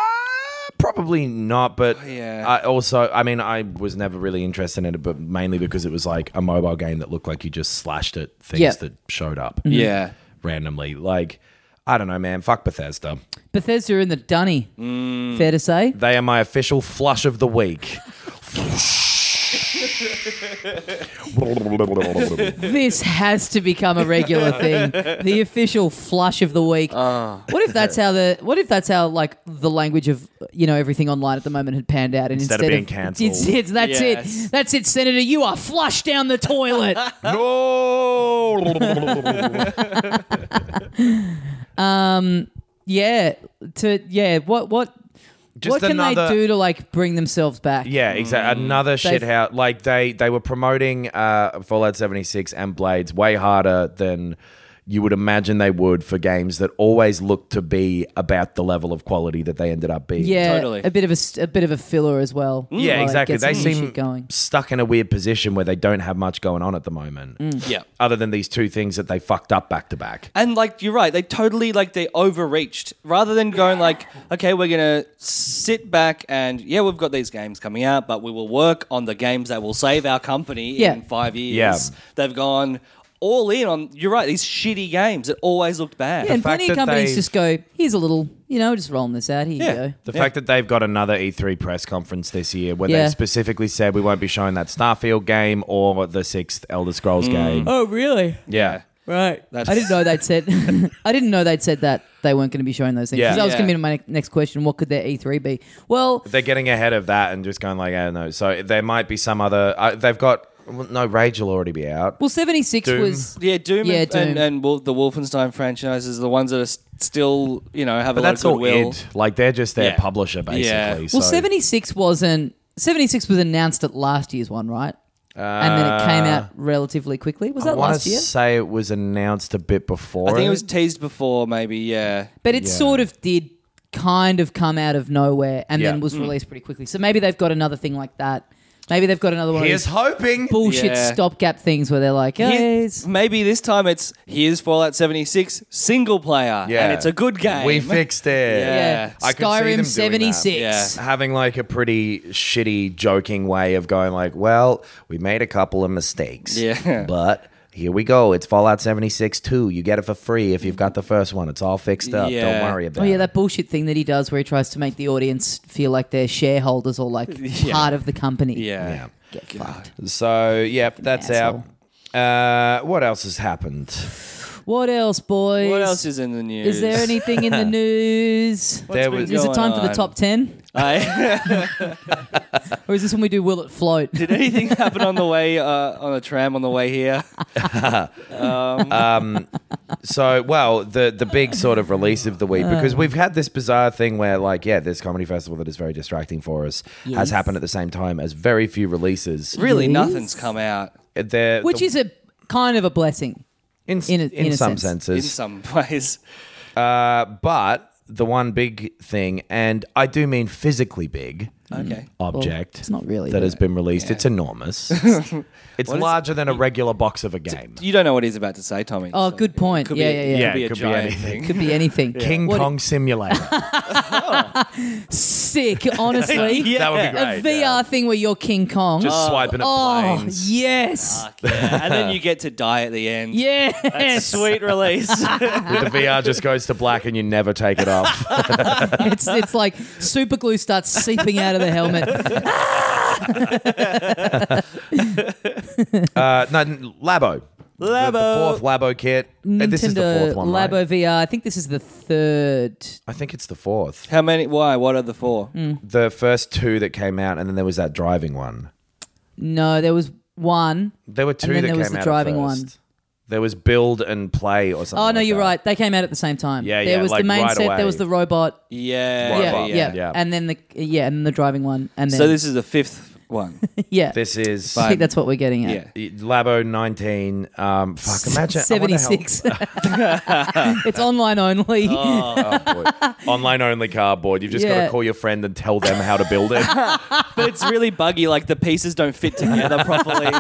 [SPEAKER 3] probably not, but
[SPEAKER 2] Oh, Yeah.
[SPEAKER 3] I also, I mean, I was never really interested in it, but mainly because it was like a mobile game that looked like you just slashed at things
[SPEAKER 1] Yep.
[SPEAKER 3] that showed up
[SPEAKER 1] Mm-hmm.
[SPEAKER 2] Yeah.
[SPEAKER 3] randomly. Like, I don't know, man. Fuck Bethesda.
[SPEAKER 1] Bethesda in the dunny.
[SPEAKER 2] Mm.
[SPEAKER 1] Fair to say.
[SPEAKER 3] They are my official flush of the week.
[SPEAKER 1] This has to become a regular thing. The official flush of the week.
[SPEAKER 2] Ah.
[SPEAKER 1] What if that's how the what if that's how like the language of you know everything online at the moment had panned out and
[SPEAKER 3] Instead
[SPEAKER 1] instead,
[SPEAKER 3] of being cancelled.
[SPEAKER 1] It's, it's- that's
[SPEAKER 2] Yes.
[SPEAKER 1] it. That's it, Senator. You are flushed down the toilet.
[SPEAKER 3] no.
[SPEAKER 1] yeah. To yeah, what what
[SPEAKER 3] Just
[SPEAKER 1] what can
[SPEAKER 3] another-
[SPEAKER 1] they do to like bring themselves back?
[SPEAKER 3] Yeah, exactly. Another
[SPEAKER 1] They've-
[SPEAKER 3] shit house. Like they they were promoting uh, Fallout 76 and Blades way harder than you would imagine they would for games that always look to be about the level of quality that they ended up being.
[SPEAKER 1] Yeah,
[SPEAKER 2] Totally.
[SPEAKER 1] a bit of a, s- a bit of a filler as well.
[SPEAKER 3] Yeah,
[SPEAKER 1] Like,
[SPEAKER 3] exactly.
[SPEAKER 1] get
[SPEAKER 3] They
[SPEAKER 1] some new
[SPEAKER 3] seem
[SPEAKER 1] shit going.
[SPEAKER 3] stuck in a weird position where they don't have much going on at the moment,
[SPEAKER 1] Mm.
[SPEAKER 2] Yeah.
[SPEAKER 3] other than these two things that they fucked up back to back.
[SPEAKER 2] And like you're right, they totally like they overreached. Rather than going like, okay, we're gonna sit back and yeah, we've got these games coming out, but we will work on the games that will save our company
[SPEAKER 1] Yeah.
[SPEAKER 2] in five years.
[SPEAKER 3] Yeah.
[SPEAKER 2] They've gone all in on you're right, these shitty games that always looked bad.
[SPEAKER 1] Yeah, and
[SPEAKER 3] fact
[SPEAKER 1] plenty of
[SPEAKER 3] that
[SPEAKER 1] companies
[SPEAKER 3] they've-
[SPEAKER 1] just go, here's a little, you know, just rolling this out. Here
[SPEAKER 2] Yeah.
[SPEAKER 1] you go.
[SPEAKER 3] The fact that they've got another E3 press conference this year where
[SPEAKER 1] Yeah.
[SPEAKER 3] they specifically said we won't be showing that Starfield game or the sixth Elder Scrolls game.
[SPEAKER 1] Oh, really?
[SPEAKER 3] Yeah.
[SPEAKER 1] Right.
[SPEAKER 2] That's-
[SPEAKER 1] I didn't know they'd said. I didn't know they'd said that they weren't going to be showing those things.
[SPEAKER 3] Yeah.
[SPEAKER 1] Because I was
[SPEAKER 2] Yeah.
[SPEAKER 1] going to be my ne- next question. What could their E3 be? Well,
[SPEAKER 3] They're getting ahead of that and just going like, I don't know. So there might be some other. Uh, they've got well, no Rage will already be out.
[SPEAKER 1] well, seventy six
[SPEAKER 3] Doom.
[SPEAKER 1] was.
[SPEAKER 2] Yeah, Doom,
[SPEAKER 1] Yeah,
[SPEAKER 2] and, And,
[SPEAKER 1] Doom.
[SPEAKER 2] and Wol- the Wolfenstein franchises are the ones that are s- still, you know, have
[SPEAKER 3] But
[SPEAKER 2] a lot
[SPEAKER 3] that's
[SPEAKER 2] of
[SPEAKER 3] all
[SPEAKER 2] goodwill.
[SPEAKER 3] id. Like they're just their
[SPEAKER 2] Yeah.
[SPEAKER 3] publisher basically.
[SPEAKER 2] Yeah. Well,
[SPEAKER 3] So,
[SPEAKER 1] Well, seventy six wasn't. Seventy six was announced at last year's one, right? and then it came out relatively quickly. Was
[SPEAKER 3] Uh, I
[SPEAKER 1] that
[SPEAKER 3] want
[SPEAKER 1] last
[SPEAKER 3] to
[SPEAKER 1] year?
[SPEAKER 3] say it was announced a bit before.
[SPEAKER 2] I think it was teased before, maybe, yeah.
[SPEAKER 1] But it
[SPEAKER 3] Yeah.
[SPEAKER 1] sort of did kind of come out of nowhere and then
[SPEAKER 3] Yeah. Mm.
[SPEAKER 1] was released pretty quickly. So maybe they've got another thing like that. Maybe they've got another one
[SPEAKER 3] Here's
[SPEAKER 1] of these
[SPEAKER 3] hoping.
[SPEAKER 1] bullshit
[SPEAKER 2] Yeah.
[SPEAKER 1] stopgap things where they're like,
[SPEAKER 2] Here-
[SPEAKER 1] hey,
[SPEAKER 2] maybe this time it's here's Fallout 76 single player,
[SPEAKER 3] Yeah.
[SPEAKER 2] and it's a good game.
[SPEAKER 3] We fixed it.
[SPEAKER 2] Yeah.
[SPEAKER 1] yeah,
[SPEAKER 3] I could see them doing
[SPEAKER 1] Skyrim
[SPEAKER 3] that.
[SPEAKER 1] 76.
[SPEAKER 2] Yeah.
[SPEAKER 3] having like a pretty shitty joking way of going like well we made a couple of mistakes
[SPEAKER 2] Yeah.
[SPEAKER 3] but here we go it's fallout 76 2 you get it for free if you've got the first one it's all fixed up
[SPEAKER 2] Yeah.
[SPEAKER 3] don't worry about
[SPEAKER 1] Oh yeah,
[SPEAKER 3] it
[SPEAKER 1] that bullshit thing that he does where he tries to make the audience feel like they're shareholders or like part of the company.
[SPEAKER 2] Yeah.
[SPEAKER 1] Get fucked.
[SPEAKER 3] so yep that's
[SPEAKER 1] asshole.
[SPEAKER 3] out uh, what else has happened
[SPEAKER 1] What else, boys?
[SPEAKER 2] What else is in the news?
[SPEAKER 1] Is there anything in the news?
[SPEAKER 3] there
[SPEAKER 2] been
[SPEAKER 3] was
[SPEAKER 1] Is it
[SPEAKER 2] going
[SPEAKER 1] time for the
[SPEAKER 2] on?
[SPEAKER 1] top ten,
[SPEAKER 2] I-
[SPEAKER 1] or is this when we do "Will It Float"?
[SPEAKER 2] did anything happen on the way uh, on a tram on the way here?
[SPEAKER 3] so well the the big sort of release of the week
[SPEAKER 1] Uh.
[SPEAKER 3] because we've had this bizarre thing where like yeah this comedy festival that is very distracting for us
[SPEAKER 1] Yes.
[SPEAKER 3] has happened at the same time as very few releases
[SPEAKER 2] Really,
[SPEAKER 1] Yes.
[SPEAKER 2] nothing's come out
[SPEAKER 3] They're-
[SPEAKER 1] Which
[SPEAKER 3] the-
[SPEAKER 1] is a kind of a blessing.
[SPEAKER 3] in,
[SPEAKER 1] in a-
[SPEAKER 3] in
[SPEAKER 1] in a
[SPEAKER 3] some
[SPEAKER 1] sense.
[SPEAKER 2] in
[SPEAKER 3] senses
[SPEAKER 2] some ways.
[SPEAKER 3] Uh, but the one big thing, and I do mean physically big
[SPEAKER 1] Hmm.
[SPEAKER 2] Okay.
[SPEAKER 3] object.
[SPEAKER 1] Uh, it's not really,
[SPEAKER 3] that
[SPEAKER 1] but-
[SPEAKER 3] has been released. It's enormous.
[SPEAKER 2] is
[SPEAKER 3] it's larger than a regular box of a game.
[SPEAKER 2] You don't know what he's about to say, Tommy.
[SPEAKER 1] Oh,
[SPEAKER 2] so
[SPEAKER 1] good point.
[SPEAKER 2] Could
[SPEAKER 1] yeah,
[SPEAKER 2] be,
[SPEAKER 1] yeah, yeah,
[SPEAKER 3] Yeah,
[SPEAKER 2] Could be
[SPEAKER 3] it
[SPEAKER 2] a
[SPEAKER 3] could be
[SPEAKER 2] giant
[SPEAKER 3] anything.
[SPEAKER 2] thing.
[SPEAKER 1] Could be anything.
[SPEAKER 3] King
[SPEAKER 1] What-
[SPEAKER 3] Kong Simulator.
[SPEAKER 1] Sick, honestly.
[SPEAKER 3] That would be
[SPEAKER 1] A
[SPEAKER 3] great.
[SPEAKER 1] VR thing where you're King Kong.
[SPEAKER 3] Just swiping at
[SPEAKER 1] oh,
[SPEAKER 3] planes.
[SPEAKER 2] Ah,
[SPEAKER 1] yes.
[SPEAKER 2] Yeah, and then you get to die at the end.
[SPEAKER 1] yes.
[SPEAKER 2] Sweet release.
[SPEAKER 3] The VR just goes to black and you never take it off.
[SPEAKER 1] It's, it's like super glue starts seeping out of the helmet.
[SPEAKER 3] Uh, no, Labo. The, the
[SPEAKER 2] Labo.
[SPEAKER 3] fourth Labo kit. Uh,
[SPEAKER 1] Nintendo
[SPEAKER 3] This is the fourth one,
[SPEAKER 1] Labo
[SPEAKER 3] right?
[SPEAKER 1] VR. I think this is the third.
[SPEAKER 3] I think it's the fourth.
[SPEAKER 2] How many? Why? What are the four?
[SPEAKER 3] The first two that came out, and then there was that driving one.
[SPEAKER 1] No, there was one.
[SPEAKER 3] There were two
[SPEAKER 1] then
[SPEAKER 3] that
[SPEAKER 1] there
[SPEAKER 3] came
[SPEAKER 1] was the
[SPEAKER 3] out
[SPEAKER 1] driving
[SPEAKER 3] first.
[SPEAKER 1] one.
[SPEAKER 3] There was build and play or something.
[SPEAKER 1] Oh no,
[SPEAKER 3] like
[SPEAKER 1] you're
[SPEAKER 3] that.
[SPEAKER 1] right. They came out at the same time.
[SPEAKER 3] Yeah,
[SPEAKER 1] There
[SPEAKER 3] yeah,
[SPEAKER 1] was
[SPEAKER 3] like
[SPEAKER 1] the main
[SPEAKER 3] right
[SPEAKER 1] set.
[SPEAKER 3] away.
[SPEAKER 1] There was the robot.
[SPEAKER 2] Yeah,
[SPEAKER 1] Yeah,
[SPEAKER 3] Robot,
[SPEAKER 1] yeah,
[SPEAKER 3] yeah.
[SPEAKER 1] and then the yeah, and the driving one, and then
[SPEAKER 2] So this is the fifth one.
[SPEAKER 1] yeah.
[SPEAKER 3] This is
[SPEAKER 1] I think that's what we're getting at.
[SPEAKER 2] yeah.
[SPEAKER 3] Labo 19. Um, fuck, imagine. I wonder
[SPEAKER 1] Seventy
[SPEAKER 3] how-
[SPEAKER 1] six. it's online only.
[SPEAKER 3] Oh, boy. Online only cardboard. You've just got
[SPEAKER 1] Yeah.
[SPEAKER 3] to call your friend and tell them how to build it.
[SPEAKER 2] but it's really buggy. Like the pieces don't fit together properly.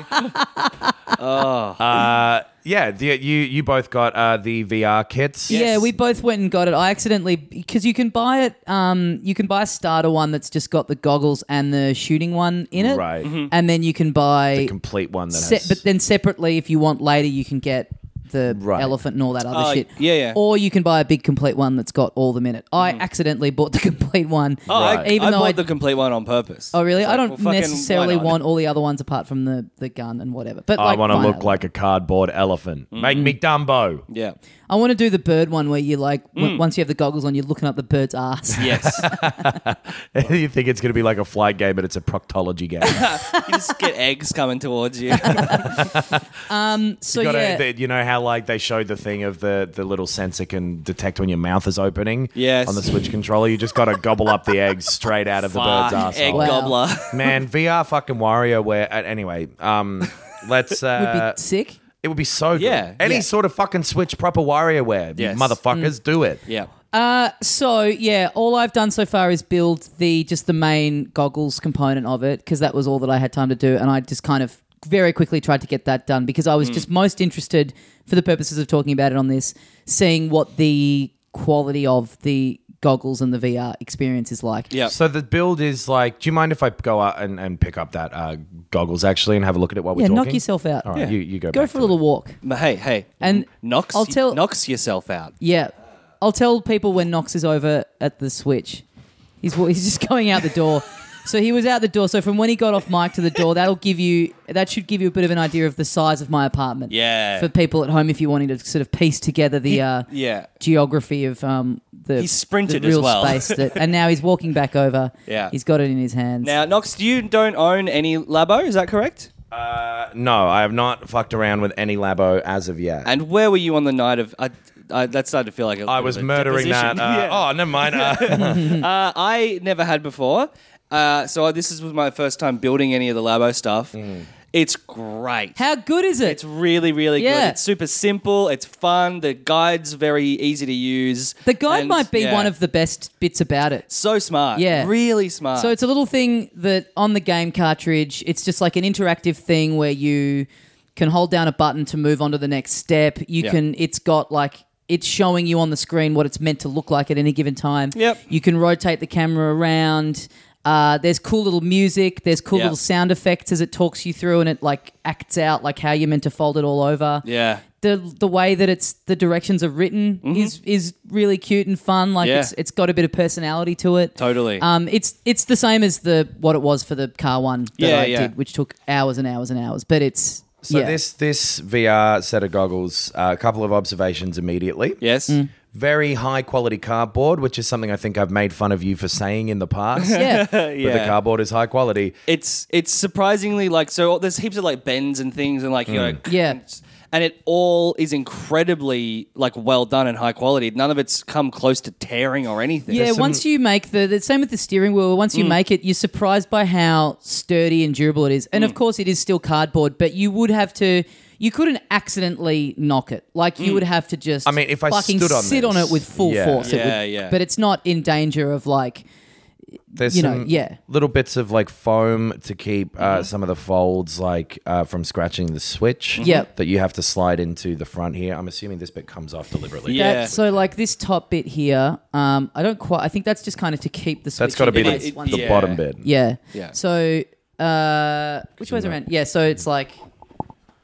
[SPEAKER 3] Uh, yeah, the, you you both got uh, the VR kits.
[SPEAKER 1] Yeah,
[SPEAKER 2] Yes.
[SPEAKER 1] we both went and got it. I accidentally because you can buy it. Um, you can buy a starter one that's just got the goggles and the shooting one in it,
[SPEAKER 3] Right.
[SPEAKER 2] Mm-hmm.
[SPEAKER 3] Mhm.
[SPEAKER 1] And then you can buy,
[SPEAKER 3] Complete one that
[SPEAKER 1] se-
[SPEAKER 3] has.
[SPEAKER 1] but then separately, if you want later, you can get the
[SPEAKER 3] Right.
[SPEAKER 1] elephant and all that other
[SPEAKER 2] Oh,
[SPEAKER 1] shit.
[SPEAKER 2] yeah, yeah. Mm-hmm.
[SPEAKER 1] Or you can buy a big complete one that's got all them in it. I accidentally bought the complete one.
[SPEAKER 2] Oh, I,
[SPEAKER 3] Right.
[SPEAKER 1] Even
[SPEAKER 2] I
[SPEAKER 1] though
[SPEAKER 2] bought
[SPEAKER 1] I-
[SPEAKER 2] the complete one on purpose.
[SPEAKER 1] Oh, really?
[SPEAKER 2] It's
[SPEAKER 1] I
[SPEAKER 2] like,
[SPEAKER 1] don't
[SPEAKER 2] well, fucking, why
[SPEAKER 1] necessarily
[SPEAKER 2] not?
[SPEAKER 1] want all the other ones apart from the, the gun and whatever. But
[SPEAKER 3] I
[SPEAKER 1] like,
[SPEAKER 3] want to
[SPEAKER 1] why
[SPEAKER 3] look
[SPEAKER 1] not?
[SPEAKER 3] like a cardboard elephant.
[SPEAKER 2] Mm.
[SPEAKER 3] Make me Dumbo.
[SPEAKER 2] Yeah.
[SPEAKER 1] I want to do the bird one where you like
[SPEAKER 2] Mm.
[SPEAKER 1] w- once you have the goggles on, you're looking up the bird's ass.
[SPEAKER 2] Yes.
[SPEAKER 3] you think it's going to be like a flight game, but it's a proctology game.
[SPEAKER 1] Oh,
[SPEAKER 2] you just get eggs coming towards you.
[SPEAKER 1] So
[SPEAKER 3] You, gotta-
[SPEAKER 1] yeah,
[SPEAKER 3] the- you know how like they showed the thing of the the little sensor can detect when your mouth is opening.
[SPEAKER 2] Yes.
[SPEAKER 3] On the Switch controller, you just got to gobble up the eggs straight out of the bird's
[SPEAKER 2] Fuck, egg
[SPEAKER 3] asshole.
[SPEAKER 1] Wow.
[SPEAKER 2] gobbler.
[SPEAKER 3] Man, VR fucking WarioWare. Uh, anyway, um, let's.
[SPEAKER 1] would be
[SPEAKER 3] Uh,
[SPEAKER 1] sick.
[SPEAKER 3] it would be so good.
[SPEAKER 2] Yeah,
[SPEAKER 3] Any
[SPEAKER 2] yeah.
[SPEAKER 3] sort of fucking Switch proper WarioWare,
[SPEAKER 2] Yes. Mm.
[SPEAKER 3] motherfuckers, do it.
[SPEAKER 2] Yeah.
[SPEAKER 1] uh, So yeah, all I've done so far is build the just the main goggles component of it because that was all that I had time to do, and I just kind of very quickly tried to get that done because I was just most interested for the purposes of talking about it on this, seeing what the quality of the goggles and the VR experience is like.
[SPEAKER 2] Yeah.
[SPEAKER 3] So the build is like. Do you mind if I go out and, and pick up that uh, goggles actually and have a look at it while we're
[SPEAKER 1] yeah,
[SPEAKER 3] talking?
[SPEAKER 1] knock yourself out.
[SPEAKER 3] All right, you, you go.
[SPEAKER 1] Go
[SPEAKER 3] back
[SPEAKER 1] for
[SPEAKER 3] to
[SPEAKER 1] a little walk,
[SPEAKER 2] But hey, hey.
[SPEAKER 1] and
[SPEAKER 2] knocks
[SPEAKER 1] I'll tell-
[SPEAKER 2] knocks yourself out.
[SPEAKER 1] yeah, I'll tell people when Knox is over at the switch. He's wa- he's just going out the door. So he was out the door. So from when he got off mic to the door, that'll give you that should give you a bit of an idea of the size of my apartment.
[SPEAKER 2] Yeah.
[SPEAKER 1] For people at home, if you're wanting to sort of piece together the uh,
[SPEAKER 2] Yeah.
[SPEAKER 1] geography of um, the
[SPEAKER 2] He sprinted
[SPEAKER 1] the real
[SPEAKER 2] as well.
[SPEAKER 1] space that, and now he's walking back over.
[SPEAKER 2] Yeah.
[SPEAKER 1] He's got it in his hands.
[SPEAKER 2] Now, Knox, you don't own any Labo, is that correct?
[SPEAKER 3] it. Uh, No, I have not fucked around with any labo as of yet.
[SPEAKER 2] And where were you on the night of? I, I, that started to feel like a
[SPEAKER 3] I
[SPEAKER 2] bit
[SPEAKER 3] was
[SPEAKER 2] of a
[SPEAKER 3] murdering that.
[SPEAKER 2] deposition.
[SPEAKER 3] Uh,
[SPEAKER 2] Yeah.
[SPEAKER 3] Oh, never mind. Uh,
[SPEAKER 2] Uh, I never had before, uh, so this is- was my first time building any of the Labo stuff. It's great.
[SPEAKER 1] how good is it?
[SPEAKER 2] It's really, really
[SPEAKER 1] Yeah.
[SPEAKER 2] good. It's super simple. It's fun. The guide's very easy to use.
[SPEAKER 1] the guide
[SPEAKER 2] And,
[SPEAKER 1] might be
[SPEAKER 2] yeah.
[SPEAKER 1] one of the best bits about it.
[SPEAKER 2] so smart.
[SPEAKER 1] Yeah.
[SPEAKER 2] really smart.
[SPEAKER 1] So it's a little thing that on the game cartridge, it's just like an interactive thing where you can hold down a button to move on to the next step. You
[SPEAKER 2] Yeah.
[SPEAKER 1] can it's got like it's showing you on the screen what it's meant to look like at any given time.
[SPEAKER 2] Yep.
[SPEAKER 1] You can rotate the camera around. Uh, there's cool little music. There's cool
[SPEAKER 2] Yeah.
[SPEAKER 1] little sound effects as it talks you through, and it like acts out like how you're meant to fold it all over
[SPEAKER 2] yeah,
[SPEAKER 1] the the way that it's the directions are written is is really cute and fun. Like
[SPEAKER 2] Mm-hmm. Yeah.
[SPEAKER 1] it's it's got a bit of personality to it.
[SPEAKER 2] Totally.
[SPEAKER 1] Um, it's it's the same as the what it was for the car one that
[SPEAKER 2] Yeah,
[SPEAKER 1] I
[SPEAKER 2] yeah.
[SPEAKER 1] did, which took hours and hours and hours. But it's
[SPEAKER 3] so
[SPEAKER 1] yeah.
[SPEAKER 3] this this VR set of goggles. Uh, a couple of observations immediately.
[SPEAKER 2] yes,
[SPEAKER 1] mm.
[SPEAKER 3] Very high quality cardboard, which is something I think I've made fun of you for saying in the past.
[SPEAKER 1] yeah.
[SPEAKER 3] But
[SPEAKER 2] yeah.
[SPEAKER 3] the cardboard is high quality.
[SPEAKER 2] it's it's surprisingly like so. There's heaps of like bends and things and like you know,
[SPEAKER 1] Yeah.
[SPEAKER 2] and- and it all is incredibly like well done and high quality. None of it's come close to tearing or anything.
[SPEAKER 1] Yeah, once you make the the same with the steering wheel, once
[SPEAKER 3] Mm.
[SPEAKER 1] you make it, you're surprised by how sturdy and durable it is. And
[SPEAKER 3] Mm.
[SPEAKER 1] of course, it is still cardboard, but you would have to. You couldn't accidentally knock it. Like you would have to just.
[SPEAKER 3] Mm. I mean, if I
[SPEAKER 1] fucking
[SPEAKER 3] stood on
[SPEAKER 1] sit on
[SPEAKER 3] this-
[SPEAKER 1] it with full
[SPEAKER 3] Yeah.
[SPEAKER 1] force, it
[SPEAKER 2] Yeah,
[SPEAKER 1] would,
[SPEAKER 2] yeah.
[SPEAKER 1] But it's not in danger of like
[SPEAKER 3] There's
[SPEAKER 1] you know,
[SPEAKER 3] some
[SPEAKER 1] yeah.
[SPEAKER 3] little bits of like foam to keep uh,
[SPEAKER 2] Mm-hmm.
[SPEAKER 3] some of the folds like uh, from scratching the switch.
[SPEAKER 1] Yep.
[SPEAKER 3] That you have to slide into the front here. I'm assuming this bit comes off deliberately.
[SPEAKER 2] Yeah.
[SPEAKER 1] That, so like this top bit here, um, I don't quite. I think that's just kind of to keep the switch.
[SPEAKER 3] That's got to
[SPEAKER 1] in
[SPEAKER 3] be
[SPEAKER 1] place
[SPEAKER 3] the,
[SPEAKER 2] it-
[SPEAKER 1] once-
[SPEAKER 3] the
[SPEAKER 2] yeah.
[SPEAKER 3] bottom bit.
[SPEAKER 1] yeah.
[SPEAKER 2] Yeah.
[SPEAKER 1] So uh, which way's around? Yeah. So it's like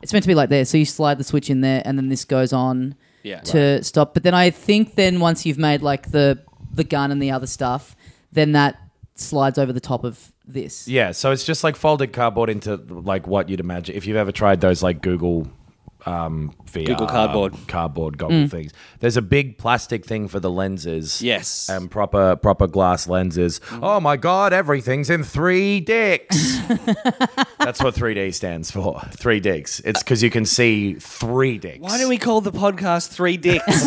[SPEAKER 1] it's meant to be like there. So you slide the switch in there, and then this goes on
[SPEAKER 2] Yeah.
[SPEAKER 1] to stop. But then I think then once you've made like the the gun and the other stuff, then that slides over the top of this.
[SPEAKER 3] Yeah, so it's just like folded cardboard into like what you'd imagine if you've ever tried those like Google um, VR
[SPEAKER 2] Google Cardboard.
[SPEAKER 3] cardboard goggle
[SPEAKER 1] Mm.
[SPEAKER 3] things. There's a big plastic thing for the lenses.
[SPEAKER 2] Yes.
[SPEAKER 3] and Um, proper proper glass lenses. Oh my god, everything's in three dicks. That's what 3D stands for. Three dicks. It's because you can see three dicks.
[SPEAKER 2] Why don't we call the podcast Three Dicks?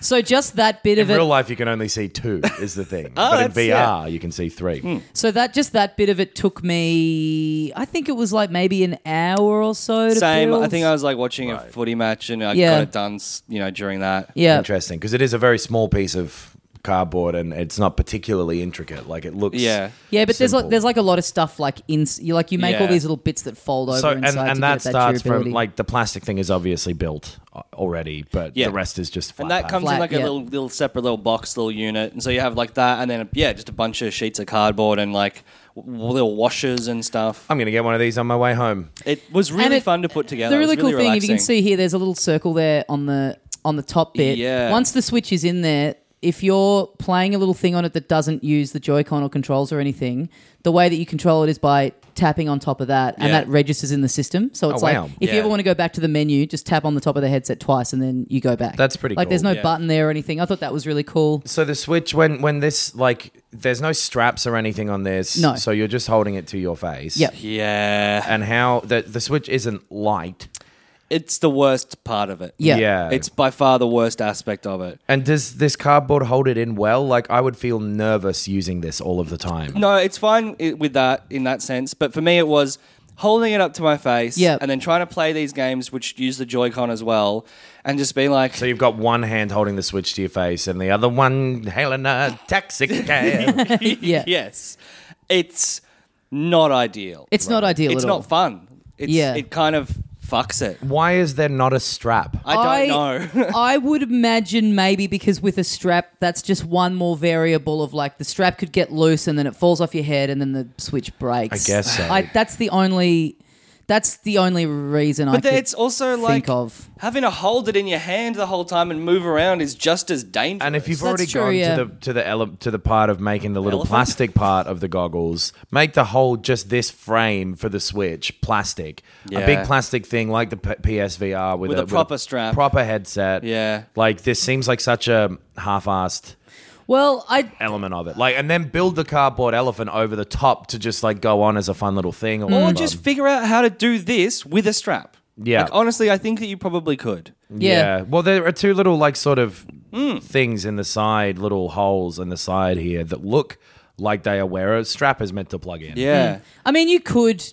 [SPEAKER 1] So just that bit
[SPEAKER 3] In
[SPEAKER 1] of it.
[SPEAKER 3] real life, you can only see two. Is the thing, but in
[SPEAKER 2] that's-
[SPEAKER 3] VR,
[SPEAKER 2] yeah.
[SPEAKER 3] you can see three.
[SPEAKER 1] So that just that bit of it took me. I think it was like maybe an hour or so. To
[SPEAKER 2] Same.
[SPEAKER 1] build.
[SPEAKER 2] I think I was like watching a footy match and I
[SPEAKER 1] Yeah.
[SPEAKER 2] got it done, s- you know, during that.
[SPEAKER 1] Yeah.
[SPEAKER 3] Interesting, because it is a very small piece of cardboard, and it's not particularly intricate. Like it looks.
[SPEAKER 2] Yeah.
[SPEAKER 1] Yeah, but there's like
[SPEAKER 3] Simple.
[SPEAKER 1] there's like a lot of stuff like in you like you make all
[SPEAKER 2] Yeah.
[SPEAKER 1] these little bits that fold over
[SPEAKER 3] So and,
[SPEAKER 1] inside to get
[SPEAKER 3] and that starts from
[SPEAKER 1] durability.
[SPEAKER 3] like the plastic thing is obviously built uh, already, but
[SPEAKER 2] Yeah.
[SPEAKER 3] the rest is just flat
[SPEAKER 2] And that
[SPEAKER 3] pack.
[SPEAKER 2] comes
[SPEAKER 1] Flat,
[SPEAKER 2] in like a
[SPEAKER 1] yeah.
[SPEAKER 2] little, little separate little box, little unit. And so you have like that, and then yeah, just a bunch of sheets of cardboard and like w- little washers and stuff.
[SPEAKER 3] I'm gonna get one of these on my way home.
[SPEAKER 2] It was really
[SPEAKER 1] it-
[SPEAKER 2] fun to put together.
[SPEAKER 1] the
[SPEAKER 2] It was
[SPEAKER 1] really cool thing if you can
[SPEAKER 2] relaxing.
[SPEAKER 1] see here, there's a little circle there on the on the top bit.
[SPEAKER 2] Yeah.
[SPEAKER 1] Once the switch is in there, if you're playing a little thing on it that doesn't use the Joy-Con or controls or anything, the way that you control it is by tapping on top of that, and
[SPEAKER 2] Yeah.
[SPEAKER 1] that registers in the system. So it's
[SPEAKER 3] Oh,
[SPEAKER 1] like
[SPEAKER 3] wow.
[SPEAKER 1] if you
[SPEAKER 2] Yeah.
[SPEAKER 1] ever want to go back to the menu, just tap on the top of the headset twice, and then you go back.
[SPEAKER 3] That's pretty
[SPEAKER 1] Like there's
[SPEAKER 3] cool.
[SPEAKER 1] no
[SPEAKER 2] Yeah.
[SPEAKER 1] button there or anything. I thought that was really cool.
[SPEAKER 3] So the switch when when this like there's no straps or anything on this.
[SPEAKER 1] No.
[SPEAKER 3] So you're just holding it to your face.
[SPEAKER 1] Yep.
[SPEAKER 2] Yeah,
[SPEAKER 3] And how the the switch isn't light.
[SPEAKER 2] it's the worst part of it.
[SPEAKER 1] Yeah.
[SPEAKER 3] Yeah.
[SPEAKER 2] it's by far the worst aspect of it.
[SPEAKER 3] and does this cardboard hold it in well? Like I would feel nervous using this all of the time.
[SPEAKER 2] No, it's fine i- with that in that sense. But for me, it was holding it up to my face
[SPEAKER 1] Yep.
[SPEAKER 2] and then trying to play these games, which use the Joy-Con as well, and just being like,
[SPEAKER 3] So you've got one hand holding the switch to your face and the other one hailing a taxi cab.
[SPEAKER 1] Yeah.
[SPEAKER 2] yes, it's not ideal.
[SPEAKER 1] It's not ideal
[SPEAKER 2] It's
[SPEAKER 1] at all.
[SPEAKER 2] not fun. It's,
[SPEAKER 1] Yeah.
[SPEAKER 2] it kind of fucks it.
[SPEAKER 3] Why is there not a strap?
[SPEAKER 2] I don't know.
[SPEAKER 1] I would imagine maybe because with a strap, that's just one more variable of like the strap could get loose and then it falls off your head and then the switch breaks.
[SPEAKER 3] I guess so.
[SPEAKER 1] I, that's the only. That's the only reason I
[SPEAKER 2] but then
[SPEAKER 1] could
[SPEAKER 2] it's also
[SPEAKER 1] think
[SPEAKER 2] like
[SPEAKER 1] of.
[SPEAKER 2] having to hold it in your hand the whole time and move around is just as dangerous.
[SPEAKER 3] And if you've
[SPEAKER 1] That's
[SPEAKER 3] already
[SPEAKER 1] true,
[SPEAKER 3] gone
[SPEAKER 1] yeah.
[SPEAKER 3] to the to the ele- to the part of making the little
[SPEAKER 2] Elephant?
[SPEAKER 3] plastic part of the goggles, make the whole just this frame for the Switch plastic, a big
[SPEAKER 2] Yeah.
[SPEAKER 3] plastic thing like the P- PSVR with,
[SPEAKER 2] With a proper strap.
[SPEAKER 3] proper headset.
[SPEAKER 2] Yeah.
[SPEAKER 3] like this seems like such a half-assed
[SPEAKER 1] Well, I
[SPEAKER 3] element of it. Like, and then build the cardboard elephant over the top to just like go on as a fun little thing, or,
[SPEAKER 2] or just figure out how to do this with a strap.
[SPEAKER 3] Yeah. Mm.
[SPEAKER 2] Like, honestly, I think that you probably could.
[SPEAKER 1] yeah.
[SPEAKER 3] Well, there are two little like sort of
[SPEAKER 2] Hmm.
[SPEAKER 3] things in the side, little holes in the side here that look like they are where a strap is meant to plug in.
[SPEAKER 2] Yeah.
[SPEAKER 1] I mean, you could.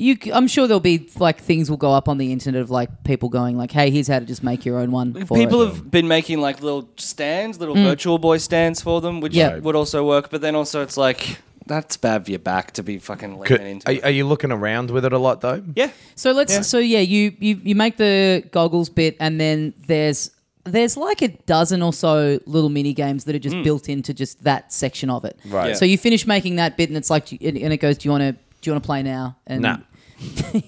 [SPEAKER 1] You, c- I'm sure there'll be like things will go up on the internet of like people going like, "Hey, here's how to just make your own one." For
[SPEAKER 2] People
[SPEAKER 1] it.
[SPEAKER 2] have been making like little stands, little virtual boy stands for them, which
[SPEAKER 1] Mm. Yeah.
[SPEAKER 2] would also work. But then also, it's like that's bad for your back to be fucking
[SPEAKER 3] Could-
[SPEAKER 2] leaning into.
[SPEAKER 3] are,
[SPEAKER 2] it.
[SPEAKER 3] are you looking around with it a lot though?
[SPEAKER 2] yeah,
[SPEAKER 1] So let's so yeah, you, you you make the goggles bit and then there's there's like a dozen or so little mini games that are just built into just that section of it.
[SPEAKER 3] Hmm. Right.
[SPEAKER 2] Yeah.
[SPEAKER 1] So you finish making that bit and it's like and and it goes, Do you wanna do you wanna play now? And
[SPEAKER 2] Hmm.
[SPEAKER 3] Nah.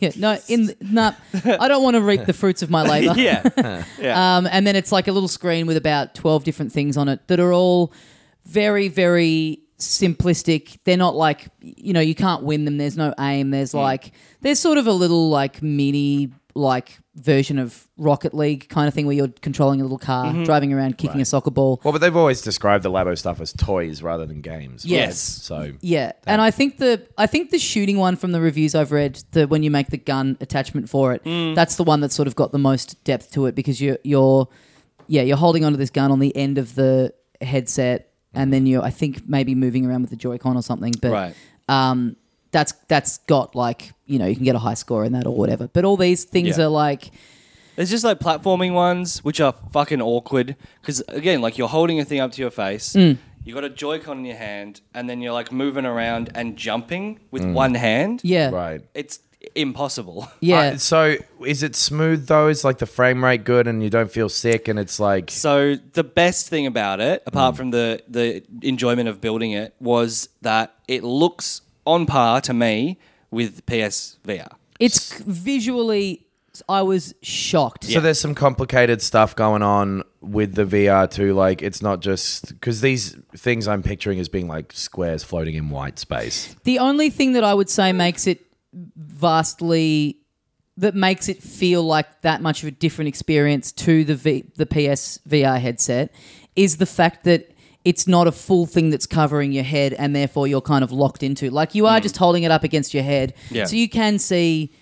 [SPEAKER 1] Yeah, no, in no, I don't want to reap the fruits of my labor.
[SPEAKER 2] yeah, yeah.
[SPEAKER 1] Um, and then it's like a little screen with about 12 different things on it that are all very, very simplistic. They're not like, you know, you can't win them. There's no aim. There's
[SPEAKER 2] Mm.
[SPEAKER 1] like, there's sort of a little like mini, like version of Rocket League kind of thing where you're controlling a little car,
[SPEAKER 2] Mm-hmm.
[SPEAKER 1] driving around, kicking a soccer ball.
[SPEAKER 3] Well, but they've always described the Labo stuff as toys rather than games. right?
[SPEAKER 2] Yes.
[SPEAKER 3] So
[SPEAKER 1] Yeah, and I think the I think the shooting one from the reviews I've read, the when you make the gun attachment for it, that's the one that's sort of got the most depth to it because you're you're yeah you're holding onto this gun on the end of the headset, and then you're I think maybe moving around with the Joy-Con or something, but
[SPEAKER 2] right.
[SPEAKER 1] um, that's that's got like you know you can get a high score in that or whatever. But all these things
[SPEAKER 2] Yeah.
[SPEAKER 1] are like
[SPEAKER 2] There's just like platforming ones, which are fucking awkward because again, like you're holding a thing up to your face.
[SPEAKER 1] Mm.
[SPEAKER 2] You got a Joy-Con in your hand, and then you're like moving around and jumping with
[SPEAKER 3] Mm.
[SPEAKER 2] one hand.
[SPEAKER 1] yeah
[SPEAKER 3] right.
[SPEAKER 2] it's impossible.
[SPEAKER 1] yeah
[SPEAKER 3] Uh, so is it smooth though? Is like the frame rate good and you don't feel sick and it's like
[SPEAKER 2] So the best thing about it, apart from the the enjoyment of building it, was that it looks on par to me with PSVR.
[SPEAKER 1] it's visually I was shocked.
[SPEAKER 3] So there's some complicated stuff going on with the VR too. Like it's not just because these things I'm picturing as being like squares floating in white space.
[SPEAKER 1] The only thing that I would say makes it vastly that makes it feel like that much of a different experience to the v- the PS VR headset is the fact that it's not a full thing that's covering your head and therefore you're kind of locked into like you are just holding it up against your head
[SPEAKER 2] Yeah.
[SPEAKER 1] so you can see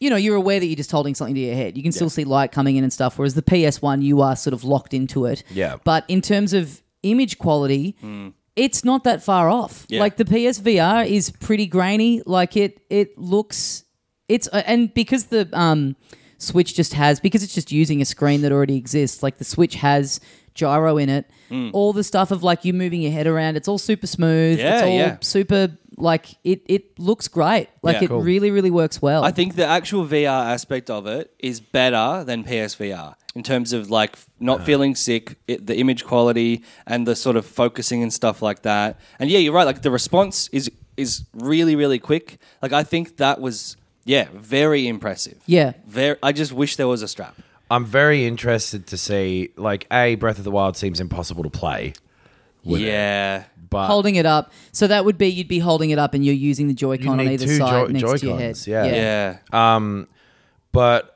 [SPEAKER 1] you know you're aware that you're just holding something to your head you can still see light coming in and stuff whereas the ps1 you are sort of locked into it
[SPEAKER 3] Yeah.
[SPEAKER 1] but in terms of image quality it's not that far off
[SPEAKER 2] Yeah.
[SPEAKER 1] like the psvr is pretty grainy like it it looks it's uh, and because the um switch just has because it's just using a screen that already exists like the switch has gyro in it
[SPEAKER 2] Hmm.
[SPEAKER 1] all the stuff of like you moving your head around it's all super smooth it's
[SPEAKER 2] Yeah,
[SPEAKER 1] all
[SPEAKER 2] yeah.
[SPEAKER 1] super like it it looks great like
[SPEAKER 2] Yeah.
[SPEAKER 1] it
[SPEAKER 2] Cool.
[SPEAKER 1] really really works well
[SPEAKER 2] I think the actual VR aspect of it is better than PSVR in terms of like f- not feeling sick, it, the image quality, and the sort of focusing and stuff like that. And yeah, you're right. Like the response is is really really quick. Like I think that was yeah very impressive.
[SPEAKER 1] Yeah.
[SPEAKER 2] Very. I just wish there was a strap.
[SPEAKER 3] I'm very interested to see. Like, a Breath of the Wild seems impossible to play,
[SPEAKER 2] yeah.
[SPEAKER 3] but
[SPEAKER 1] holding it up. So that would be you'd be holding it up and you're using the Joy-Con on
[SPEAKER 3] need
[SPEAKER 1] either
[SPEAKER 3] two
[SPEAKER 1] side
[SPEAKER 3] Joy-
[SPEAKER 1] next to your head.
[SPEAKER 3] Joy-Cons, yeah.
[SPEAKER 2] yeah.
[SPEAKER 3] but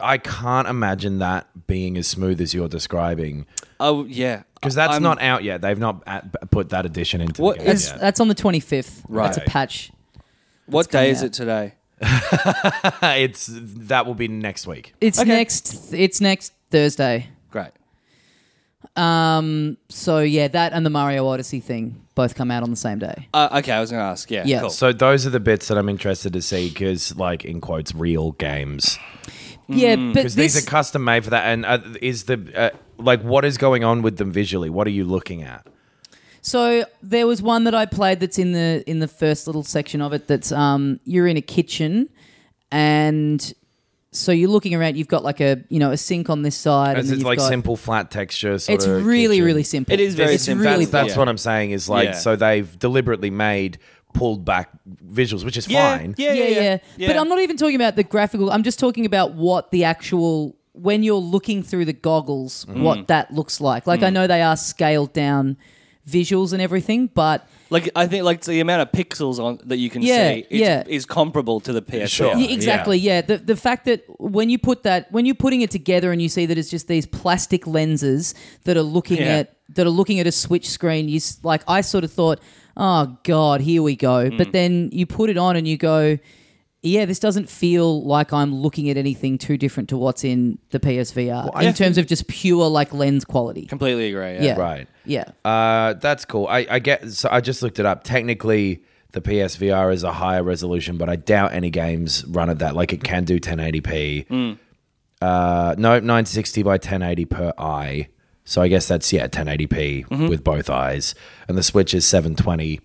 [SPEAKER 3] I can't imagine that being as smooth as you're describing
[SPEAKER 2] Oh yeah.
[SPEAKER 3] because that's
[SPEAKER 2] I'm-
[SPEAKER 3] not out yet. They've not at, put that edition into
[SPEAKER 2] What
[SPEAKER 3] the game
[SPEAKER 1] That's
[SPEAKER 2] is-
[SPEAKER 3] yet.
[SPEAKER 1] that's on the 25th. That's a
[SPEAKER 3] Right.
[SPEAKER 1] patch.
[SPEAKER 2] What day is
[SPEAKER 1] out.
[SPEAKER 2] it today?
[SPEAKER 3] it's that will be next week.
[SPEAKER 1] It's
[SPEAKER 2] Okay.
[SPEAKER 1] next it's next Thursday.
[SPEAKER 2] Great.
[SPEAKER 1] Um so yeah, that and the Mario Odyssey thing both come out on the same day.
[SPEAKER 2] Uh, okay, I was going to ask. Yeah.
[SPEAKER 1] Yeah.
[SPEAKER 2] Cool.
[SPEAKER 3] So those are the bits that I'm interested to see because, like in quotes, real games.
[SPEAKER 1] Yeah, but
[SPEAKER 3] because
[SPEAKER 1] this
[SPEAKER 3] Mm, these are custom made for that. And uh, is the uh, like what is going on with them visually? What are you looking at?
[SPEAKER 1] So there was one that I played that's in the in the first little section of it that's um you're in a kitchen and so you're looking around you've got like a you know a sink on this side and
[SPEAKER 3] Is
[SPEAKER 1] then
[SPEAKER 3] it
[SPEAKER 1] you've
[SPEAKER 3] like
[SPEAKER 1] got,
[SPEAKER 3] simple flat texture? Sort
[SPEAKER 1] it's
[SPEAKER 3] of
[SPEAKER 1] really
[SPEAKER 3] kitchen?
[SPEAKER 1] really simple
[SPEAKER 2] It is very
[SPEAKER 1] it's
[SPEAKER 2] simple.
[SPEAKER 1] really
[SPEAKER 3] That's, that's
[SPEAKER 2] Yeah.
[SPEAKER 3] what I'm saying is like
[SPEAKER 2] Yeah.
[SPEAKER 3] so they've deliberately made pulled back visuals, which is
[SPEAKER 2] Yeah,
[SPEAKER 3] fine.
[SPEAKER 2] yeah, yeah, yeah,
[SPEAKER 1] But I'm not even talking about the graphical. I'm just talking about what the actual when you're looking through the goggles,
[SPEAKER 2] Mm.
[SPEAKER 1] what that looks like. Like I know they are scaled down visuals and everything, but
[SPEAKER 2] Like I think like the amount of pixels on that you can
[SPEAKER 1] Yeah,
[SPEAKER 2] see is,
[SPEAKER 1] yeah.
[SPEAKER 2] is comparable to the PS.
[SPEAKER 3] Sure.
[SPEAKER 1] Yeah, exactly. Yeah. The the fact that when you put that when you're putting it together and you see that it's just these plastic lenses that are looking
[SPEAKER 2] Yeah.
[SPEAKER 1] at that are looking at a switch screen. You s- like I sort of thought, oh god, here we go. But then you put it on and you go. Yeah, this doesn't feel like I'm looking at anything too different to what's in the PSVR in terms of just pure like lens quality.
[SPEAKER 2] Completely agree. Yeah.
[SPEAKER 1] Yeah,
[SPEAKER 3] Right.
[SPEAKER 1] Yeah,
[SPEAKER 3] Uh, that's cool. I, I get. So I just looked it up. Technically, the PSVR is a higher resolution, but I doubt any games run at that. Like it can do 1080p. Uh, no, 960 by 1080 per eye. So I guess that's yeah 1080p with both eyes, and the Switch is 720.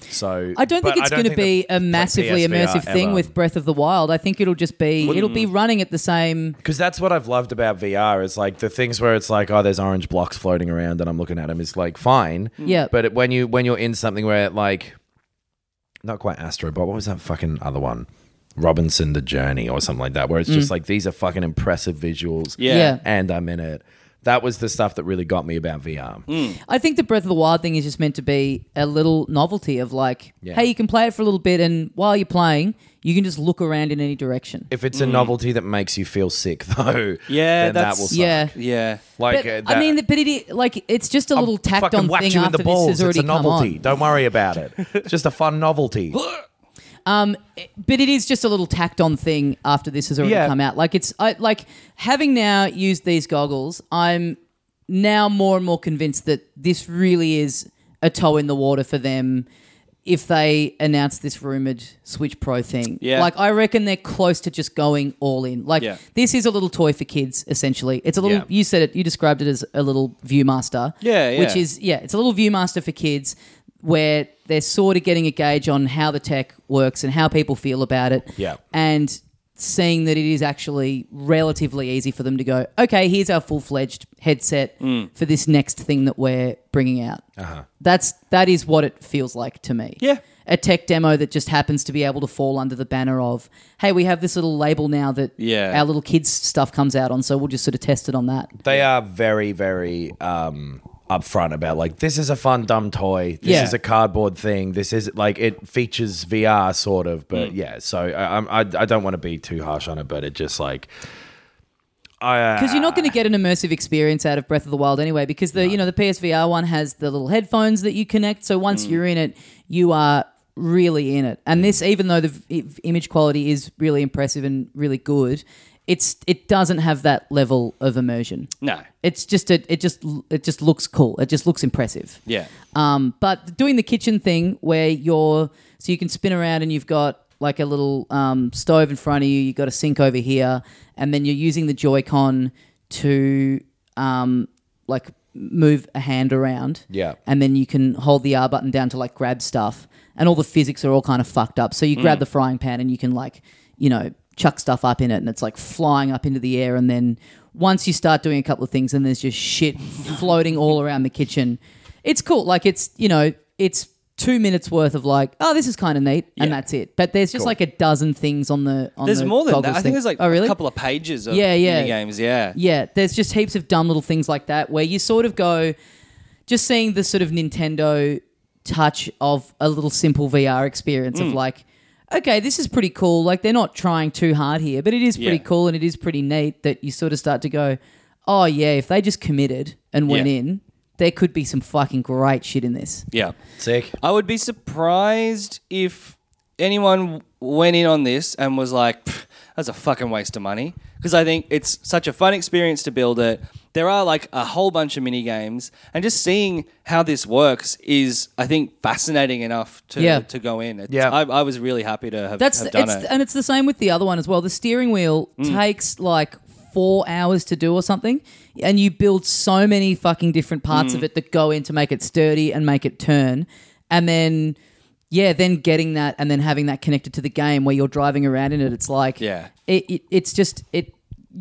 [SPEAKER 3] So
[SPEAKER 1] I don't
[SPEAKER 3] but
[SPEAKER 1] think it's going to be
[SPEAKER 3] the
[SPEAKER 1] a massively
[SPEAKER 3] PSVR
[SPEAKER 1] immersive thing
[SPEAKER 3] ever-
[SPEAKER 1] with Breath of the Wild. I think it'll just be it'll be running at the same
[SPEAKER 3] Because that's what I've loved about VR is like the things where it's like, oh, there's orange blocks floating around and I'm looking at them is like fine.
[SPEAKER 1] Yeah.
[SPEAKER 3] But it, when you when you're in something where it like, not quite Astro, but what was that fucking other one? Robinson the Journey or something like that, where it's just like these are fucking impressive visuals.
[SPEAKER 2] Yeah.
[SPEAKER 1] Mm. Yeah.
[SPEAKER 3] And I'm in it. That was the stuff that really got me about VR.
[SPEAKER 1] I think the Breath of the Wild thing is just meant to be a little novelty of like, hey, you can play it for a little bit, and while you're playing, you can just look around in any direction.
[SPEAKER 3] If it's a novelty that makes you feel sick, though,
[SPEAKER 2] Yeah,
[SPEAKER 3] then that
[SPEAKER 2] that's-
[SPEAKER 3] will
[SPEAKER 1] Mm.
[SPEAKER 3] suck.
[SPEAKER 1] yeah.
[SPEAKER 2] Yeah.
[SPEAKER 3] Like,
[SPEAKER 1] but,
[SPEAKER 3] uh, that,
[SPEAKER 1] I mean, but it i- like it's just a little tacked
[SPEAKER 3] fucking
[SPEAKER 1] on
[SPEAKER 3] whack
[SPEAKER 1] thing
[SPEAKER 3] you in
[SPEAKER 1] after
[SPEAKER 3] the balls.
[SPEAKER 1] this has already
[SPEAKER 3] it's a novelty.
[SPEAKER 1] come
[SPEAKER 3] Don't worry about it. It's just a fun novelty.
[SPEAKER 1] on. But it is just a little tacked on thing after this has already
[SPEAKER 3] Yeah.
[SPEAKER 1] come out. Like it's I like having now used these goggles, I'm now more and more convinced that this really is a toe in the water for them if they announce this rumored Switch Pro thing.
[SPEAKER 2] Yeah.
[SPEAKER 1] Like I reckon they're close to just going all in. Like
[SPEAKER 2] Yeah.
[SPEAKER 1] this is a little toy for kids essentially. It's a little
[SPEAKER 3] Yeah.
[SPEAKER 1] you said it you described it as a little Viewmaster.
[SPEAKER 2] Yeah, yeah.
[SPEAKER 1] Which is yeah, it's a little Viewmaster for kids where they're sort of getting a gauge on how the tech works and how people feel about it.
[SPEAKER 3] Yeah.
[SPEAKER 1] And seeing that it is actually relatively easy for them to go, okay, here's our full fledged headset for this next thing that we're bringing out. Uh-huh. That's that is what it feels like to me.
[SPEAKER 2] Yeah.
[SPEAKER 1] A tech demo that just happens to be able to fall under the banner of, hey, we have this little label now that
[SPEAKER 2] Yeah.
[SPEAKER 1] our little kids stuff comes out on, so we'll just sort of test it on that.
[SPEAKER 3] They are very, very um, upfront about like this is a fun dumb toy. This
[SPEAKER 1] Yeah.
[SPEAKER 3] is a cardboard thing. This is like it features VR sort of, but
[SPEAKER 2] Mm.
[SPEAKER 3] yeah. So I, I'm- I I don't want to be too harsh on it, but it just like ah,
[SPEAKER 1] because you're not going to get an immersive experience out of Breath of the Wild anyway. Because the you know the PSVR one has the little headphones that you connect, so once you're in it, you are really in it. And this, even though the v- i- image quality is really impressive and really good, it's it doesn't have that level of immersion.
[SPEAKER 2] No.
[SPEAKER 1] It's just a, it just it just looks cool. It just looks impressive.
[SPEAKER 2] Yeah.
[SPEAKER 1] Um, but doing the kitchen thing where you're so you can spin around and you've got like a little um, stove in front of you, you've got a sink over here, and then you're using the Joy-Con to um, like move a hand around.
[SPEAKER 3] Yeah.
[SPEAKER 1] And then you can hold the R button down to like grab stuff. And all the physics are all kind of fucked up. So you
[SPEAKER 2] Mm.
[SPEAKER 1] grab the frying pan and you can like, you know, chuck stuff up in it and it's like flying up into the air and then once you start doing a couple of things and there's just shit floating all around the kitchen. It's cool. Like it's, you know, it's 2 minutes worth of like, oh, this is kind of neat and that's it. But there's just like a dozen things on the on
[SPEAKER 2] There's
[SPEAKER 1] the
[SPEAKER 2] more than that.
[SPEAKER 1] goggles
[SPEAKER 2] I think
[SPEAKER 1] thing.
[SPEAKER 2] there's like
[SPEAKER 1] oh, really?
[SPEAKER 2] a couple of pages of
[SPEAKER 1] Yeah, yeah.
[SPEAKER 2] games. Yeah.
[SPEAKER 1] Yeah, there's just heaps of dumb little things like that where you sort of go, just seeing the sort of Nintendo touch of a little simple VR experience
[SPEAKER 2] Mm.
[SPEAKER 1] of like, okay, this is pretty cool. Like they're not trying too hard here, but it is pretty
[SPEAKER 2] Yeah.
[SPEAKER 1] cool and it is pretty neat that you sort of start to go, oh yeah, if they just committed and went
[SPEAKER 2] Yeah.
[SPEAKER 1] in, there could be some fucking great shit in this.
[SPEAKER 2] Yeah.
[SPEAKER 3] sick.
[SPEAKER 2] I would be surprised if anyone went in on this and was like, "Pff, that's a fucking waste of money. Because I think it's such a fun experience to build it. There are like a whole bunch of mini games, and just seeing how this works is, I think, fascinating enough to,
[SPEAKER 1] Yeah.
[SPEAKER 2] to go in. It's,
[SPEAKER 3] Yeah.
[SPEAKER 2] I, I was really happy to have,
[SPEAKER 1] That's
[SPEAKER 2] have done
[SPEAKER 1] it's
[SPEAKER 2] it. Mm.
[SPEAKER 1] and it's the same with the other one as well. The steering wheel takes like four hours to do or something, and you build so many fucking different parts
[SPEAKER 2] Mm.
[SPEAKER 1] of it that go in to make it sturdy and make it turn, and then. Yeah, then getting that and then having that connected to the game where you're driving around in it, it's like
[SPEAKER 2] Yeah.
[SPEAKER 1] it, it it's just it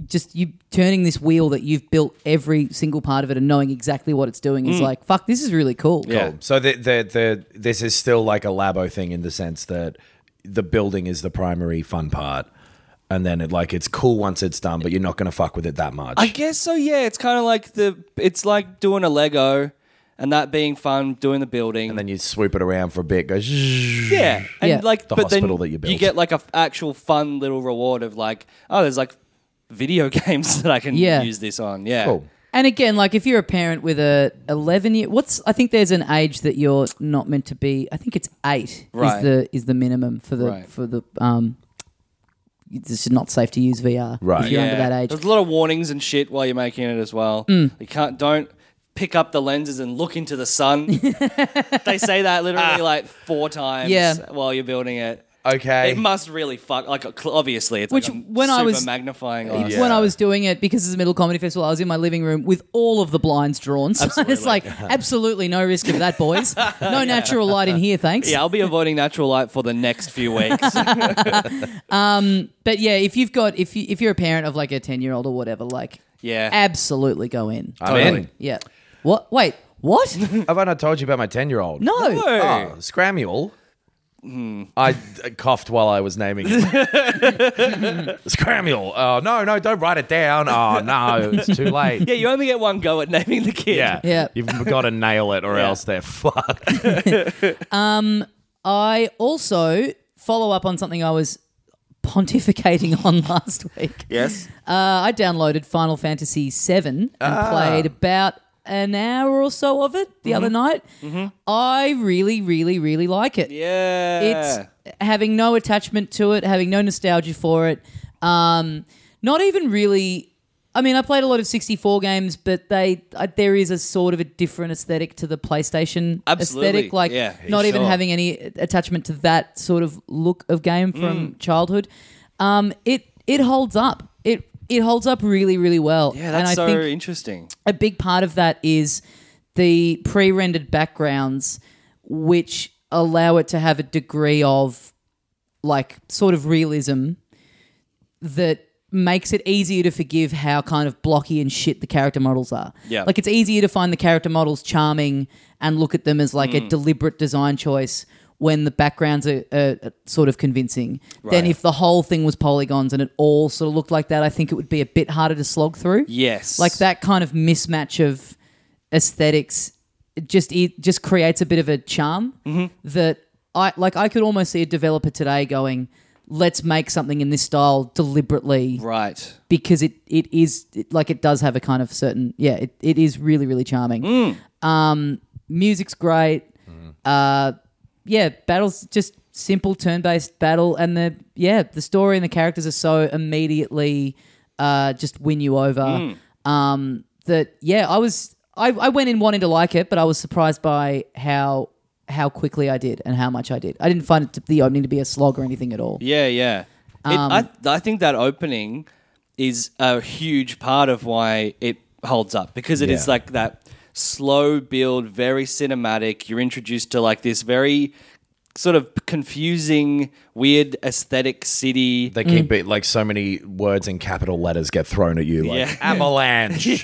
[SPEAKER 1] just you turning this wheel that you've built every single part of it and knowing exactly what it's doing is like fuck, this is really cool.
[SPEAKER 2] Mm. Yeah.
[SPEAKER 3] Cool. So the, the the this is still like a labo thing in the sense that the building is the primary fun part, and then it like it's cool once it's done, but you're not gonna fuck with it that much.
[SPEAKER 2] I guess so. Yeah, it's kind of like the it's like doing a Lego, and that being fun doing the building,
[SPEAKER 3] and then you swoop it around for a bit, goes.
[SPEAKER 2] yeah, and
[SPEAKER 1] Yeah.
[SPEAKER 2] like
[SPEAKER 3] The
[SPEAKER 2] but then
[SPEAKER 3] hospital that you built.
[SPEAKER 2] get like a f- actual fun little reward of like oh, there's like video games that I can
[SPEAKER 1] Yeah.
[SPEAKER 2] use this on. Yeah,
[SPEAKER 3] Cool.
[SPEAKER 1] And again, like if you're a parent with a 11 year, what's I think there's an age that you're not meant to be. I think it's eight is
[SPEAKER 2] Right.
[SPEAKER 1] the is the minimum for the
[SPEAKER 2] Right.
[SPEAKER 1] for the um. It's not safe to use VR
[SPEAKER 3] Right.
[SPEAKER 1] if you're
[SPEAKER 2] yeah.
[SPEAKER 1] under that age. Mm.
[SPEAKER 2] There's a lot of warnings and shit while you're making it as well. You can't don't pick up the lenses and look into the sun. they say that
[SPEAKER 3] Ah.
[SPEAKER 2] literally like four times
[SPEAKER 1] Yeah.
[SPEAKER 2] while you're building it.
[SPEAKER 3] Okay.
[SPEAKER 2] It must really fuck. Like cl- obviously, it's
[SPEAKER 1] Which,
[SPEAKER 2] like a
[SPEAKER 1] when I
[SPEAKER 2] super
[SPEAKER 1] was-
[SPEAKER 2] magnifying glass.
[SPEAKER 3] Yeah.
[SPEAKER 1] When I was doing it, because it's a middle comedy festival, I was in my living room with all of the blinds drawn. So it's
[SPEAKER 2] Absolutely.
[SPEAKER 1] like absolutely no risk of that, boys. No natural light in here, thanks.
[SPEAKER 2] Yeah, I'll be avoiding natural light for the next few weeks.
[SPEAKER 1] But yeah, if you've got if you if you're a parent of like a ten year old or whatever, like
[SPEAKER 2] yeah.
[SPEAKER 1] absolutely go in.
[SPEAKER 3] I'm
[SPEAKER 2] Totally.
[SPEAKER 1] yeah. What? Wait. What?
[SPEAKER 3] in. Have I not told you about my ten year old?
[SPEAKER 1] No.
[SPEAKER 2] No. Hmm.
[SPEAKER 3] Oh, Scramuel. I d- coughed while I was naming it. Scramuel. Oh no, no, don't write it down. Oh no, it's too late.
[SPEAKER 2] Yeah, you only get one go at naming the kid.
[SPEAKER 3] Yeah.
[SPEAKER 1] Yeah.
[SPEAKER 3] You've got to nail it or
[SPEAKER 2] Yeah.
[SPEAKER 3] else they're fucked.
[SPEAKER 1] I also follow up on something I was pontificating on last week.
[SPEAKER 2] Yes.
[SPEAKER 1] Uh, I downloaded Final Fantasy VII and
[SPEAKER 2] Ah.
[SPEAKER 1] played about an hour or so of it
[SPEAKER 2] Mm-hmm.
[SPEAKER 1] the other night. I really, really, really like it.
[SPEAKER 2] Yeah.
[SPEAKER 1] It's having no attachment to it, having no nostalgia for it. Um, not even really. I mean, I played a lot of 64 games, but they I, there is a sort of a different aesthetic to the PlayStation
[SPEAKER 2] Absolutely,
[SPEAKER 1] aesthetic. Like,
[SPEAKER 2] yeah.
[SPEAKER 1] not even
[SPEAKER 3] Sure.
[SPEAKER 1] having any attachment to that sort of look of game
[SPEAKER 2] Mm.
[SPEAKER 1] from childhood. Um, it it holds up. It it holds up really, really well.
[SPEAKER 2] yeah,
[SPEAKER 1] and
[SPEAKER 2] that's
[SPEAKER 1] I
[SPEAKER 2] so
[SPEAKER 1] think
[SPEAKER 2] interesting.
[SPEAKER 1] a big part of that is the pre-rendered backgrounds which allow it to have a degree of like sort of realism that makes it easier to forgive how kind of blocky and shit the character models are.
[SPEAKER 2] Yeah.
[SPEAKER 1] Like it's easier to find the character models charming and look at them as like a deliberate design choice when the backgrounds are, are, are sort of convincing. Than if the whole thing was polygons and it all sort of looked like that, I think it would be a bit harder to slog through
[SPEAKER 2] Yes.
[SPEAKER 1] like that kind of mismatch of aesthetics just it just creates a bit of a charm that I like. I could almost see a developer today going, "Let's make something in this style deliberately
[SPEAKER 2] Right.
[SPEAKER 1] because it it is it, like it does have a kind of certain yeah it, it is really really charming um music's great uh yeah battles just simple turn-based battle and the yeah the story and the characters are so immediately uh just win you over um that yeah i was I, I went in wanting to like it but i was surprised by how how quickly i did and how much i did i didn't find it to, the opening to be a slog or anything at all
[SPEAKER 2] Yeah, yeah. It,
[SPEAKER 1] Um,
[SPEAKER 2] I, I think that opening is a huge part of why it holds up because it is
[SPEAKER 3] Yeah.
[SPEAKER 2] like that slow build, very cinematic. You're introduced to like this very sort of confusing, weird aesthetic city.
[SPEAKER 3] They keep it like so many words in capital letters get thrown at you, like
[SPEAKER 2] Yeah.
[SPEAKER 3] avalanche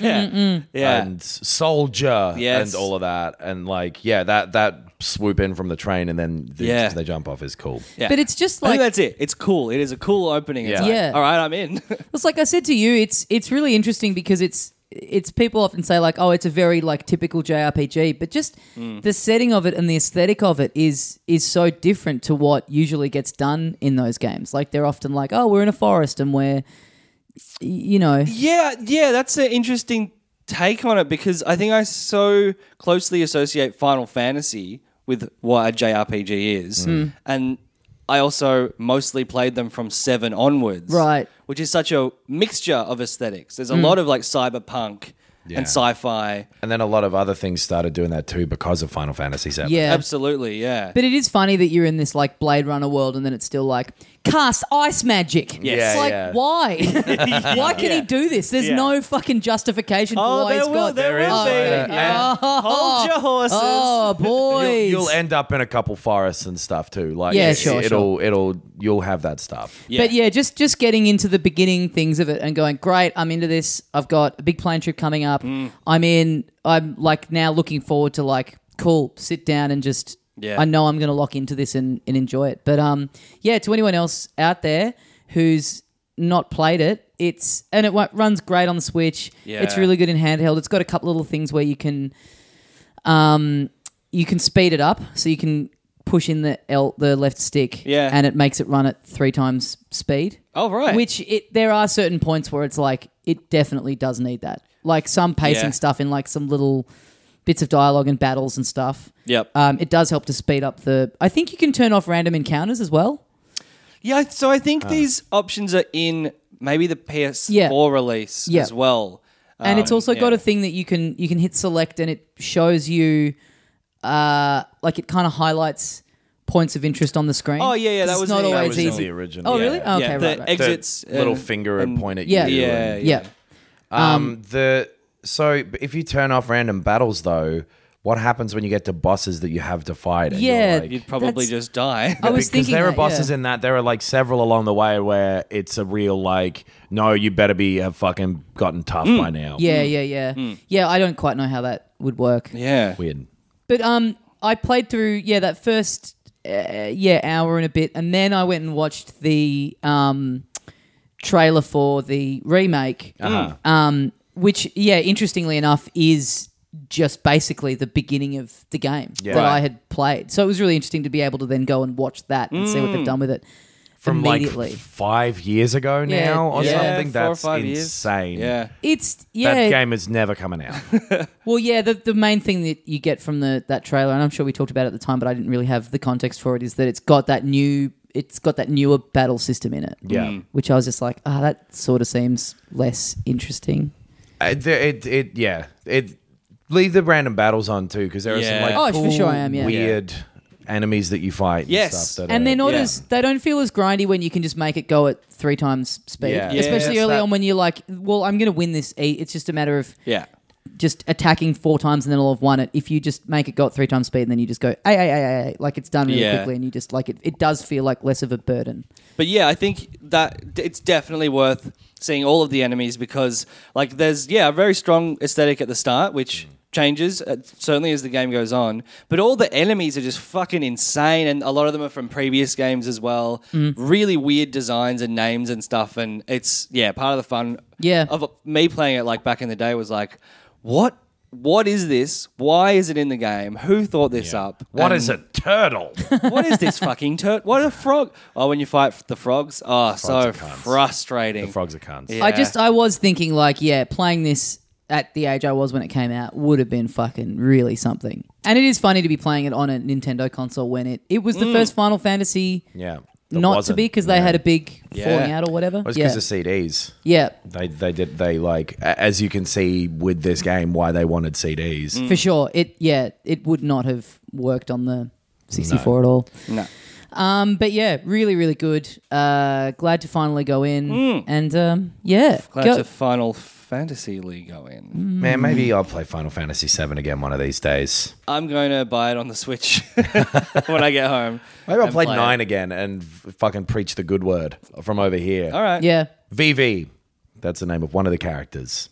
[SPEAKER 2] yeah, yeah.
[SPEAKER 3] and soldier
[SPEAKER 2] Yes.
[SPEAKER 3] and all of that, and like yeah, that that swoop in from the train and then the,
[SPEAKER 2] Yeah.
[SPEAKER 3] they jump off is cool.
[SPEAKER 2] yeah.
[SPEAKER 1] but it's just
[SPEAKER 2] I
[SPEAKER 1] like
[SPEAKER 2] think that's it. It's cool. It is a cool opening. It's
[SPEAKER 3] Yeah.
[SPEAKER 2] like,
[SPEAKER 1] Yeah.
[SPEAKER 2] All right, I'm in.
[SPEAKER 1] It's like I said to you, it's it's really interesting because it's it's people often say like, oh, it's a very like typical JRPG, but just
[SPEAKER 2] Mm.
[SPEAKER 1] the setting of it and the aesthetic of it is is so different to what usually gets done in those games. Like they're often like, oh, we're in a forest and we're, y- you know,
[SPEAKER 2] Yeah, yeah, that's an interesting take on it because I think I so closely associate Final Fantasy with what a JRPG is,
[SPEAKER 1] Hmm.
[SPEAKER 2] and I also mostly played them from seven onwards,
[SPEAKER 1] Right. Hmm.
[SPEAKER 2] Which is such a mixture of aesthetics. There's a lot of like cyberpunk
[SPEAKER 3] Yeah.
[SPEAKER 2] and sci-fi.
[SPEAKER 3] And then a lot of other things started doing that too because of Final Fantasy VII.
[SPEAKER 1] yeah.
[SPEAKER 2] Absolutely, yeah.
[SPEAKER 1] But it is funny that you're in this like Blade Runner world and then it's still like cast ice magic.
[SPEAKER 3] Yeah,
[SPEAKER 1] it's like
[SPEAKER 3] yeah.
[SPEAKER 1] why? why can he do this? There's
[SPEAKER 2] Yeah.
[SPEAKER 1] no fucking justification for
[SPEAKER 2] oh,
[SPEAKER 1] why
[SPEAKER 2] there
[SPEAKER 1] he's
[SPEAKER 2] will,
[SPEAKER 1] got
[SPEAKER 2] there will
[SPEAKER 3] Oh,
[SPEAKER 2] be.
[SPEAKER 3] yeah.
[SPEAKER 2] Yeah. Hold your horses.
[SPEAKER 1] Oh
[SPEAKER 3] You'll,
[SPEAKER 1] boys.
[SPEAKER 3] you'll end up in a couple forests and stuff too. Like
[SPEAKER 1] Yeah,
[SPEAKER 3] it-
[SPEAKER 1] sure,
[SPEAKER 3] it'll it'll you'll have that stuff.
[SPEAKER 2] Yeah.
[SPEAKER 1] But yeah, just just getting into the beginning things of it and going, great, I'm into this. I've got a big plane trip coming up. I'm in. I'm like now looking forward to like, cool, sit down and just.
[SPEAKER 2] Yeah.
[SPEAKER 1] I know I'm going to lock into this and, and enjoy it. But um, yeah, to anyone else out there who's not played it, it's and it w- runs great on the Switch. It's
[SPEAKER 2] Yeah.
[SPEAKER 1] really good in handheld. It's got a couple little things where you can you can speed it up, so you can push in the L, the left stick,
[SPEAKER 2] Yeah.
[SPEAKER 1] and it makes it run at three times speed.
[SPEAKER 2] Oh, right.
[SPEAKER 1] Which it there are certain points where it's like it definitely does need that, like some pacing
[SPEAKER 2] Yeah.
[SPEAKER 1] stuff in like some little bits of dialogue and battles and stuff.
[SPEAKER 2] Yep.
[SPEAKER 1] Um, it does help to speed up the. I think you can turn off random encounters as well.
[SPEAKER 2] Yeah, so I think these options are in maybe the PS4
[SPEAKER 1] Yeah.
[SPEAKER 2] release
[SPEAKER 1] Yeah.
[SPEAKER 2] as well.
[SPEAKER 1] and it's
[SPEAKER 2] Um,
[SPEAKER 1] also got
[SPEAKER 2] yeah.
[SPEAKER 1] a thing that you can you can hit select and it shows you uh like it kind of highlights points of interest on the screen
[SPEAKER 2] Oh, yeah, yeah, that
[SPEAKER 1] It's
[SPEAKER 2] was
[SPEAKER 1] not
[SPEAKER 2] in- that
[SPEAKER 1] always
[SPEAKER 3] was in
[SPEAKER 1] easy
[SPEAKER 3] the original,
[SPEAKER 1] oh
[SPEAKER 3] yeah.
[SPEAKER 1] really
[SPEAKER 3] Yeah,
[SPEAKER 1] okay
[SPEAKER 2] yeah,
[SPEAKER 1] right,
[SPEAKER 2] the
[SPEAKER 1] right.
[SPEAKER 2] exits,
[SPEAKER 3] The little
[SPEAKER 2] and-
[SPEAKER 3] finger
[SPEAKER 2] and-
[SPEAKER 3] and point at
[SPEAKER 1] Yeah.
[SPEAKER 3] you.
[SPEAKER 2] Yeah,
[SPEAKER 3] and-
[SPEAKER 2] yeah.
[SPEAKER 1] yeah
[SPEAKER 3] Um, the so but if you turn off random battles though, what happens when you get to bosses that you have to fight? and you're
[SPEAKER 1] Yeah.
[SPEAKER 3] like-
[SPEAKER 2] You'd probably
[SPEAKER 1] That's- Oh.
[SPEAKER 2] just die.
[SPEAKER 1] I was
[SPEAKER 3] because
[SPEAKER 1] thinking
[SPEAKER 3] there are
[SPEAKER 1] that,
[SPEAKER 3] bosses
[SPEAKER 1] yeah.
[SPEAKER 3] in that. There are like several along the way where it's a real like, no, you better be have fucking gotten tough by now.
[SPEAKER 1] Mm. yeah yeah yeah yeah i don't quite know how that would work
[SPEAKER 2] Hmm. yeah.
[SPEAKER 3] weird.
[SPEAKER 1] But um, I played through yeah that first uh, yeah hour and a bit, and then I went and watched the um trailer for the remake.
[SPEAKER 3] Uh-huh.
[SPEAKER 2] Hmm.
[SPEAKER 1] Um, which yeah, interestingly enough, is just basically the beginning of the game
[SPEAKER 3] Yeah.
[SPEAKER 1] that
[SPEAKER 3] Right.
[SPEAKER 1] I had played. So it was really interesting to be able to then go and watch that and see what they've
[SPEAKER 2] Hmm.
[SPEAKER 1] done with it
[SPEAKER 3] From like
[SPEAKER 1] immediately.
[SPEAKER 3] f- five years ago now
[SPEAKER 1] Yeah,
[SPEAKER 3] or
[SPEAKER 1] yeah.
[SPEAKER 3] something.
[SPEAKER 2] Four or
[SPEAKER 3] That's
[SPEAKER 2] five years.
[SPEAKER 3] insane.
[SPEAKER 2] Yeah.
[SPEAKER 1] it's yeah,
[SPEAKER 3] That game is never coming out.
[SPEAKER 1] Well, yeah, the, the main thing that you get from the that trailer, and I'm sure we talked about it at the time, but I didn't really have the context for it, is that it's got that new, it's got that newer battle system in it.
[SPEAKER 3] Yeah. Mm.
[SPEAKER 1] which I was just like, ah, that sort of seems less interesting.
[SPEAKER 3] Uh, the- it, it, yeah. It leave the random battles on too because there are
[SPEAKER 2] Yeah.
[SPEAKER 3] some like
[SPEAKER 1] Oh, for
[SPEAKER 3] cool,
[SPEAKER 1] sure I am, yeah.
[SPEAKER 3] weird enemies that you fight.
[SPEAKER 2] Yes.
[SPEAKER 3] and, stuff that
[SPEAKER 1] And
[SPEAKER 3] are-
[SPEAKER 1] they're not
[SPEAKER 2] uh, Yeah.
[SPEAKER 1] as they don't feel as grindy when you can just make it go at three times speed,
[SPEAKER 3] Yeah. Yeah,
[SPEAKER 1] especially
[SPEAKER 3] it's
[SPEAKER 1] early
[SPEAKER 3] that-
[SPEAKER 1] on when you're like, well, I'm going to win this. E. It's just a matter of
[SPEAKER 2] Yeah.
[SPEAKER 1] just attacking four times and then I'll have won it. If you just make it go at three times speed and then you just go, hey, hey, hey, hey, like it's done really
[SPEAKER 2] Yeah.
[SPEAKER 1] quickly, and you just like it. It does feel like less of a burden.
[SPEAKER 2] But yeah, I think that d- it's definitely worth seeing all of the enemies because, like, there's, yeah, a very strong aesthetic at the start, which
[SPEAKER 3] Mm.
[SPEAKER 2] changes uh, certainly as the game goes on. But all the enemies are just fucking insane. And a lot of them are from previous games as well. Really weird designs and names and stuff. And it's, yeah, part of uh, the fun
[SPEAKER 1] Yeah.
[SPEAKER 2] of me playing it, like, back in the day was like, what what is this? Why is it in the game? Who thought this up?
[SPEAKER 3] What
[SPEAKER 2] And
[SPEAKER 3] is a turtle?
[SPEAKER 2] What is this fucking turd? What a frog! Oh, when you fight the frogs, oh, so
[SPEAKER 3] are cunts.
[SPEAKER 2] frustrating.
[SPEAKER 3] Frogs are cunts.
[SPEAKER 2] Yeah.
[SPEAKER 1] I just I was thinking like yeah, playing this at the age I was when it came out would have been fucking really something. And it is funny to be playing it on a Nintendo console when it it was the first Final Fantasy
[SPEAKER 3] Yeah. That
[SPEAKER 1] not to
[SPEAKER 3] wasn't.
[SPEAKER 1] be because they
[SPEAKER 3] Yeah.
[SPEAKER 1] had a big
[SPEAKER 2] Mm. Yeah.
[SPEAKER 1] falling out or whatever.
[SPEAKER 3] It was
[SPEAKER 1] yeah.
[SPEAKER 3] because of CDs.
[SPEAKER 1] yeah,
[SPEAKER 3] They they did they like a- as you can see with this game why they wanted CDs.
[SPEAKER 2] Mm.
[SPEAKER 1] for sure. It yeah, it would not have worked on the 64 at all.
[SPEAKER 2] no.
[SPEAKER 1] Um, but yeah, really really good. Uh, glad to finally go in and um, yeah,
[SPEAKER 2] Mm. Glad
[SPEAKER 1] go-
[SPEAKER 2] to Final Fantasy League go in.
[SPEAKER 3] Man, maybe I'll play Final Fantasy VII again one of these days.
[SPEAKER 2] I'm going to buy it on the Switch when I get home.
[SPEAKER 3] Maybe I'll
[SPEAKER 2] and
[SPEAKER 3] play
[SPEAKER 2] play it.
[SPEAKER 3] nine again and f- fucking preach the good word from over here.
[SPEAKER 2] All right.
[SPEAKER 1] yeah.
[SPEAKER 3] VV, that's the name of one of the characters.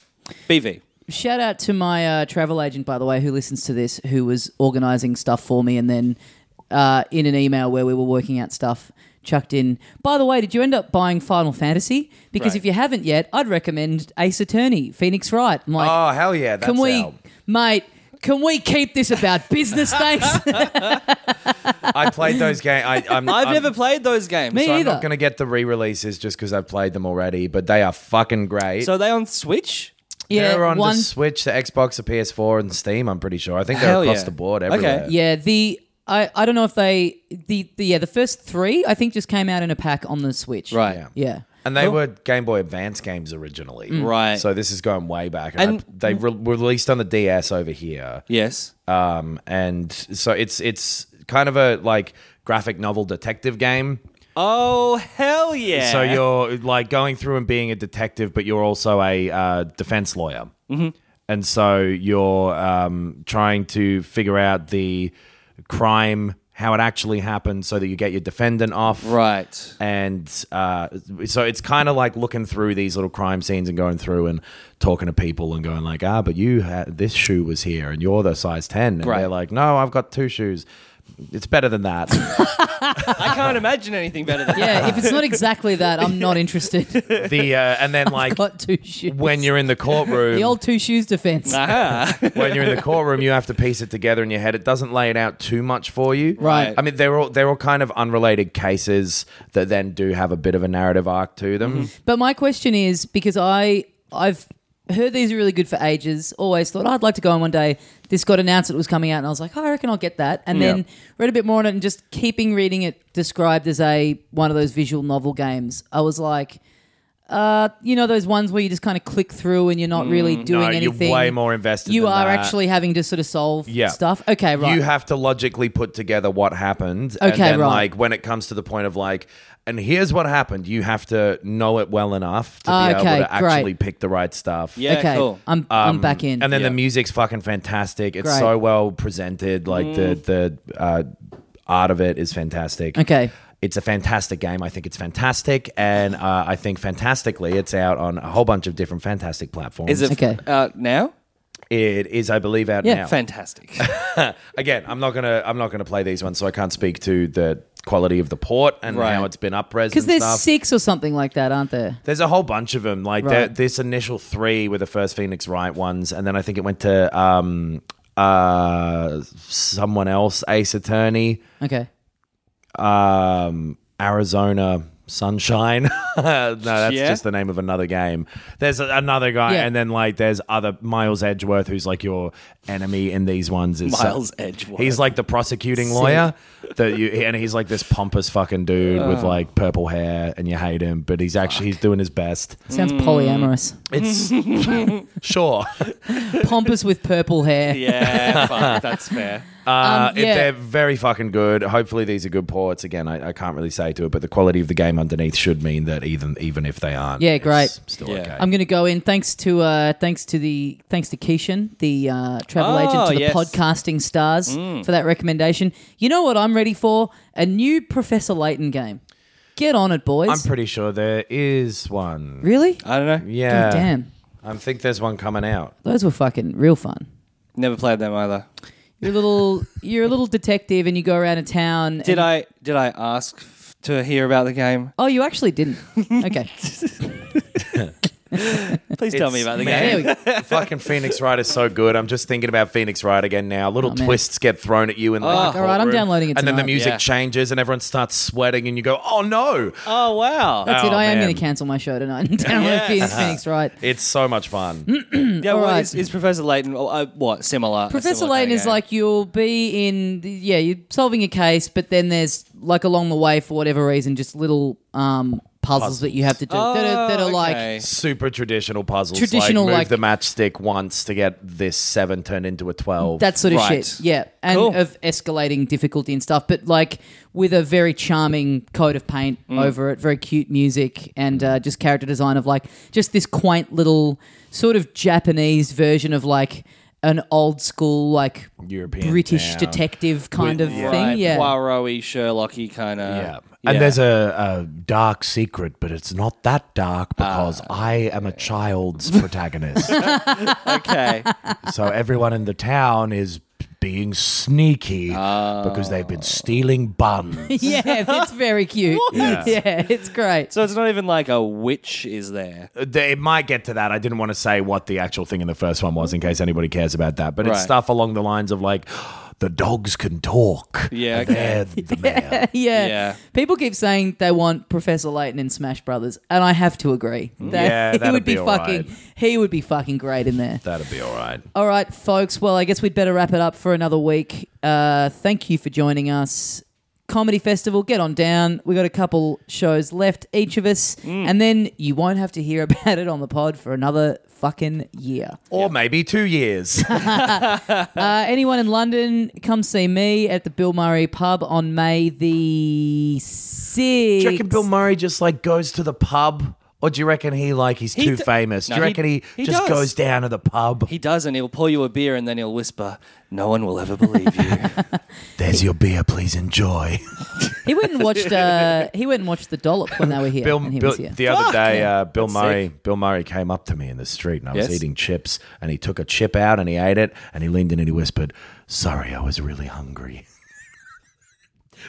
[SPEAKER 2] BV.
[SPEAKER 1] Shout out to my uh, travel agent, by the way, who listens to this, who was organising stuff for me, and then uh, in an email where we were working out stuff, chucked in. By the way, did you end up buying Final Fantasy? Because
[SPEAKER 2] Right.
[SPEAKER 1] if you haven't yet, I'd recommend Ace Attorney, Phoenix Wright. I'm like,
[SPEAKER 3] Oh hell yeah! That's
[SPEAKER 1] can we,
[SPEAKER 3] out.
[SPEAKER 1] mate? Can we keep this about business, thanks?
[SPEAKER 3] I played those games. I'm,
[SPEAKER 2] I've
[SPEAKER 3] Mm, I'm-
[SPEAKER 2] never played those games.
[SPEAKER 1] Me
[SPEAKER 2] so,
[SPEAKER 3] I'm
[SPEAKER 1] either.
[SPEAKER 3] not gonna get the re-releases just because I've played them already, but they are fucking great.
[SPEAKER 2] so are they on Switch?
[SPEAKER 3] they're on
[SPEAKER 1] one.
[SPEAKER 3] the Switch, the Xbox, the PS4, and Steam. I'm pretty sure. I think they're
[SPEAKER 2] Hell
[SPEAKER 3] across
[SPEAKER 2] yeah.
[SPEAKER 3] the board
[SPEAKER 2] Okay.
[SPEAKER 3] everywhere.
[SPEAKER 1] yeah, the I, I don't know if they the, the yeah the first three I think just came out in a pack on the Switch.
[SPEAKER 2] Right.
[SPEAKER 3] Yeah.
[SPEAKER 1] Yeah.
[SPEAKER 3] And they were Game Boy Advance games originally,
[SPEAKER 2] Mm. Right.
[SPEAKER 3] So this is going way back, and,
[SPEAKER 2] And-
[SPEAKER 3] I- they re- were released on the DS over here,
[SPEAKER 2] Yes.
[SPEAKER 3] um, and so it's it's kind of a like graphic novel detective game.
[SPEAKER 2] Oh, hell yeah.
[SPEAKER 3] So you're like going through and being a detective, but you're also a uh, defense lawyer, mm-hmm. and so you're um, trying to figure out the crime, how it actually happened, so that you get your defendant off,
[SPEAKER 2] Right.
[SPEAKER 3] and uh, so it's kind of like looking through these little crime scenes and going through and talking to people and going like, ah, but you had this shoe was here and you're the size ten, and
[SPEAKER 2] Right.
[SPEAKER 3] they're like, no, I've got two shoes. It's better than that.
[SPEAKER 2] I can't imagine anything better than
[SPEAKER 1] Yeah, if it's not exactly that, I'm not interested.
[SPEAKER 3] the uh, and then like
[SPEAKER 1] Got two shoes.
[SPEAKER 3] when you're in the courtroom,
[SPEAKER 1] The old two shoes defense.
[SPEAKER 3] when you're in the courtroom, you have to piece it together in your head. It doesn't lay it out too much for you,
[SPEAKER 1] Right.
[SPEAKER 3] I mean, they're all they're all kind of unrelated cases that then do have a bit of a narrative arc to them.
[SPEAKER 1] But my question is because I I've heard these are really good for ages. Always thought "Oh, I'd like to go on one day. This got announced that it was coming out, and I was like, oh, I reckon I'll get that. And
[SPEAKER 3] Yeah.
[SPEAKER 1] then read a bit more on it, and just keeping reading it described as a one of those visual novel games. I was like. Uh, you know those ones where you just kind of click through and you're not really doing
[SPEAKER 3] Mm, no, you're
[SPEAKER 1] anything.
[SPEAKER 3] way more invested.
[SPEAKER 1] You
[SPEAKER 3] than
[SPEAKER 1] are
[SPEAKER 3] that.
[SPEAKER 1] actually having to sort of solve
[SPEAKER 3] Yeah.
[SPEAKER 1] stuff. Okay, Eh, right.
[SPEAKER 3] You have to logically put together what happened. and
[SPEAKER 1] Okay,
[SPEAKER 3] then,
[SPEAKER 1] right.
[SPEAKER 3] Like when it comes to the point of like, and here's what happened. You have to know it well enough to
[SPEAKER 1] Ah,
[SPEAKER 3] be
[SPEAKER 1] okay,
[SPEAKER 3] able to actually
[SPEAKER 1] great.
[SPEAKER 3] pick the right stuff.
[SPEAKER 2] Yeah,
[SPEAKER 1] okay,
[SPEAKER 2] cool.
[SPEAKER 1] I'm I'm back in.
[SPEAKER 3] Um, And then
[SPEAKER 2] Yeah.
[SPEAKER 3] the music's fucking fantastic. It's
[SPEAKER 1] Great.
[SPEAKER 3] so well presented. Like
[SPEAKER 2] Mm.
[SPEAKER 3] the the uh, art of it is fantastic.
[SPEAKER 1] Okay.
[SPEAKER 3] It's a fantastic game. I think it's fantastic, and uh, I think fantastically, it's out on a whole bunch of different fantastic platforms.
[SPEAKER 2] Is it
[SPEAKER 1] Okay.
[SPEAKER 2] out now?
[SPEAKER 3] It is, I believe, out
[SPEAKER 1] Yeah,
[SPEAKER 3] now.
[SPEAKER 2] Fantastic.
[SPEAKER 3] again, I'm not gonna I'm not gonna play these ones, so I can't speak to the quality of the port and
[SPEAKER 2] Right.
[SPEAKER 3] how it's been upres and
[SPEAKER 1] because there's
[SPEAKER 3] stuff.
[SPEAKER 1] six or something like that, aren't there?
[SPEAKER 3] There's a whole bunch of them. Like
[SPEAKER 1] Right.
[SPEAKER 3] th- this initial three were the first Phoenix Wright ones, and then I think it went to um uh someone else, Ace Attorney,
[SPEAKER 1] Okay.
[SPEAKER 3] um Arizona Sunshine. no, that's
[SPEAKER 2] Yeah.
[SPEAKER 3] just the name of another game. There's a- another guy,
[SPEAKER 1] Yeah.
[SPEAKER 3] and then like there's other Miles Edgeworth, who's like your enemy in these ones. Is
[SPEAKER 2] Miles Edgeworth.
[SPEAKER 3] He's like the prosecuting lawyer that you, and he's like this pompous fucking dude
[SPEAKER 1] Uh.
[SPEAKER 3] with like purple hair, and you hate him, but he's actually he's doing his best.
[SPEAKER 1] Sounds
[SPEAKER 2] Mm.
[SPEAKER 1] polyamorous.
[SPEAKER 3] It's sure.
[SPEAKER 1] Pompous with purple hair.
[SPEAKER 2] yeah, fuck, that's fair.
[SPEAKER 3] Uh, it-
[SPEAKER 1] Um, yeah.
[SPEAKER 3] they're very fucking good. Hopefully, these are good ports. Again, I, I can't really say to it, but the quality of the game underneath should mean that even even if they aren't,
[SPEAKER 1] Yeah,
[SPEAKER 3] it's
[SPEAKER 1] great. Um,
[SPEAKER 3] still
[SPEAKER 2] Yeah.
[SPEAKER 3] okay.
[SPEAKER 1] I'm going to go in. Thanks to uh, thanks to the thanks to Keishan, the uh, travel
[SPEAKER 2] Oh,
[SPEAKER 1] agent to the
[SPEAKER 2] yes. Mm.
[SPEAKER 1] podcasting stars for that recommendation. You know what I'm ready for? A new Professor Layton game. Get on it, boys.
[SPEAKER 3] I'm pretty sure there is one.
[SPEAKER 1] really?
[SPEAKER 2] I don't know.
[SPEAKER 3] Yeah,
[SPEAKER 1] God damn,
[SPEAKER 3] I think there's one coming out.
[SPEAKER 1] those were fucking real fun.
[SPEAKER 2] Never played them either.
[SPEAKER 1] You're a little you're a little detective, and you go around a town.
[SPEAKER 2] Did
[SPEAKER 1] and-
[SPEAKER 2] I did I ask f- to hear about the game?
[SPEAKER 1] Oh, you actually didn't. Okay.
[SPEAKER 2] Please tell me about the game.
[SPEAKER 3] man,
[SPEAKER 1] game.
[SPEAKER 3] fucking Phoenix Wright is so good. I'm just thinking about Phoenix Wright again now. Little
[SPEAKER 1] Oh, man. Oh,
[SPEAKER 3] twists get thrown at you in the like,
[SPEAKER 1] All right, I'm
[SPEAKER 3] courtroom.
[SPEAKER 1] downloading it
[SPEAKER 3] And then the
[SPEAKER 1] tonight.
[SPEAKER 3] music
[SPEAKER 2] Yeah.
[SPEAKER 3] changes and everyone starts sweating and you go, "Oh no."
[SPEAKER 2] Oh wow.
[SPEAKER 1] That's it.
[SPEAKER 3] Oh,
[SPEAKER 1] I am going
[SPEAKER 3] man.
[SPEAKER 1] to cancel my show tonight and download
[SPEAKER 2] Yeah.
[SPEAKER 1] Phoenix, Phoenix Wright.
[SPEAKER 3] It's so much fun.
[SPEAKER 1] Mm.
[SPEAKER 2] yeah. What is
[SPEAKER 1] right.
[SPEAKER 2] is, Professor Layton? oh, Uh, what similar? a
[SPEAKER 1] Professor
[SPEAKER 2] similar
[SPEAKER 1] Lane
[SPEAKER 2] kinda
[SPEAKER 1] is
[SPEAKER 2] game?
[SPEAKER 1] like you'll be in, yeah, you're solving a case, but then there's like along the way for whatever reason, just little um, puzzles, that you have to do that are, that are
[SPEAKER 2] Oh,
[SPEAKER 1] like
[SPEAKER 2] okay.
[SPEAKER 3] Super traditional puzzles.
[SPEAKER 1] Traditional,
[SPEAKER 3] like,
[SPEAKER 1] like-
[SPEAKER 3] move the matchstick once to get this seven turned into a twelve.
[SPEAKER 1] that sort of
[SPEAKER 2] Right.
[SPEAKER 1] shit. Yeah, and
[SPEAKER 2] Cool.
[SPEAKER 1] of escalating difficulty and stuff, but like with a very charming coat of paint
[SPEAKER 2] Mm.
[SPEAKER 1] over it, very cute music, and uh, just character design of like just this quaint little sort of Japanese version of like an old school like
[SPEAKER 3] European
[SPEAKER 1] British
[SPEAKER 3] town.
[SPEAKER 1] detective kind of
[SPEAKER 2] Right,
[SPEAKER 1] thing. Yeah.
[SPEAKER 2] Poirot-y, Sherlock-y kind of.
[SPEAKER 3] Yeah. And there's a, a dark secret, but it's not that dark because I am a child's protagonist.
[SPEAKER 2] okay.
[SPEAKER 3] so everyone in the town is being sneaky because they've been stealing buns.
[SPEAKER 1] yeah, it's very cute. yeah. it's great.
[SPEAKER 2] So it's not even like a witch is there.
[SPEAKER 3] They- It might get to that. I didn't want to say what the actual thing in the first one was in case anybody cares about that. But it's
[SPEAKER 2] Right.
[SPEAKER 3] stuff along the lines of like, the dogs can talk.
[SPEAKER 2] Yeah,
[SPEAKER 3] and
[SPEAKER 2] okay.
[SPEAKER 3] They're the mayor.
[SPEAKER 1] yeah.
[SPEAKER 2] Yeah.
[SPEAKER 1] People keep saying they want Professor Layton in Smash Brothers, and I have to agree. That
[SPEAKER 3] Mm. Yeah,
[SPEAKER 1] he
[SPEAKER 3] that'd
[SPEAKER 1] would be,
[SPEAKER 3] be all
[SPEAKER 1] fucking
[SPEAKER 3] right.
[SPEAKER 1] he would be fucking great in there.
[SPEAKER 3] That'd be all right.
[SPEAKER 1] All right, folks. Well, I guess we'd better wrap it up for another week. Uh, thank you for joining us. Comedy Festival, get on down. We got a couple shows left, each of us,
[SPEAKER 3] Mm.
[SPEAKER 1] and then you won't have to hear about it on the pod for another fucking year.
[SPEAKER 3] Or maybe two years.
[SPEAKER 1] Uh, anyone in London, come see me at the Bill Murray Pub on May the sixth.
[SPEAKER 3] Do you reckon Bill Murray just like goes to the pub? Or do you reckon he like he's too
[SPEAKER 2] d-
[SPEAKER 3] famous? Do
[SPEAKER 2] No,
[SPEAKER 3] you
[SPEAKER 2] he-
[SPEAKER 3] reckon he,
[SPEAKER 2] he
[SPEAKER 3] just
[SPEAKER 2] does.
[SPEAKER 3] goes down to the pub?
[SPEAKER 2] He does, and he'll pour you a beer, and then he'll whisper, "No one will ever believe you."
[SPEAKER 3] There's your beer, please enjoy.
[SPEAKER 1] He went and watched. Uh, he went and watched the dollop when they were here.
[SPEAKER 3] Bill,
[SPEAKER 1] and he
[SPEAKER 3] Bill-
[SPEAKER 1] was here.
[SPEAKER 3] the other day,
[SPEAKER 2] yeah.
[SPEAKER 3] uh, Bill
[SPEAKER 2] That's
[SPEAKER 3] Murray, Bill Murray came up to me in the street, and I was
[SPEAKER 2] Yes.
[SPEAKER 3] eating chips, and he took a chip out and he ate it, and he leaned in and he whispered, "Sorry, I was really hungry."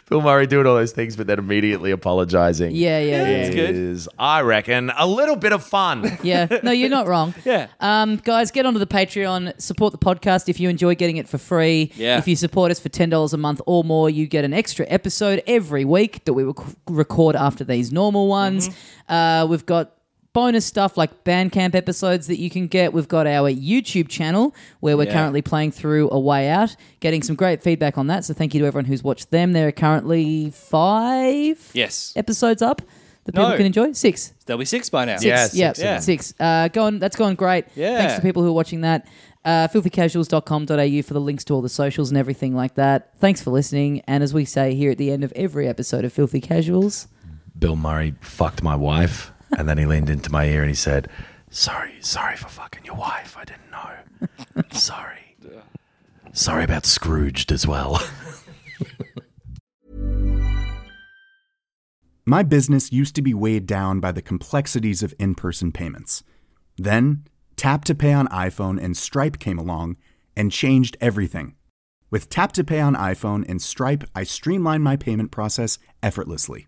[SPEAKER 3] Bill Murray doing all those things, but then immediately apologizing.
[SPEAKER 1] yeah, yeah, yeah,
[SPEAKER 2] it's good.
[SPEAKER 3] Is, I reckon, a little bit of fun.
[SPEAKER 1] yeah. No, you're not wrong.
[SPEAKER 2] Yeah.
[SPEAKER 1] Um, guys, get onto the Patreon. Support the podcast if you enjoy getting it for free.
[SPEAKER 2] Yeah.
[SPEAKER 1] If you support us for ten dollars a month or more, you get an extra episode every week that we rec- record after these normal ones.
[SPEAKER 2] Mm-hmm.
[SPEAKER 1] Uh, we've got bonus stuff like Bandcamp episodes that you can get. We've got our YouTube channel where we're
[SPEAKER 2] Yeah.
[SPEAKER 1] currently playing through A Way Out, getting some great feedback on that. So thank you to everyone who's watched them. There are currently five
[SPEAKER 2] yes,
[SPEAKER 1] episodes up that people
[SPEAKER 2] No.
[SPEAKER 1] can enjoy. Six.
[SPEAKER 2] there'll be six by now.
[SPEAKER 1] Six.
[SPEAKER 3] Yeah, six,
[SPEAKER 1] yeah,
[SPEAKER 3] yeah.
[SPEAKER 1] six. Uh, going, that's going great.
[SPEAKER 2] Yeah.
[SPEAKER 1] Thanks to people who are watching that. Uh, filthycasuals.com.au for the links to all the socials and everything like that. Thanks for listening. And as we say here at the end of every episode of Filthy Casuals,
[SPEAKER 3] Bill Murray fucked my wife, and then he leaned into my ear and he said, "Sorry, sorry for fucking your wife. I didn't know. Sorry, sorry about Scrooged as well."
[SPEAKER 4] My business used to be weighed down by the complexities of in person payments. Then, Tap to Pay on iPhone and Stripe came along and changed everything. With Tap to Pay on iPhone and Stripe, I streamlined my payment process effortlessly.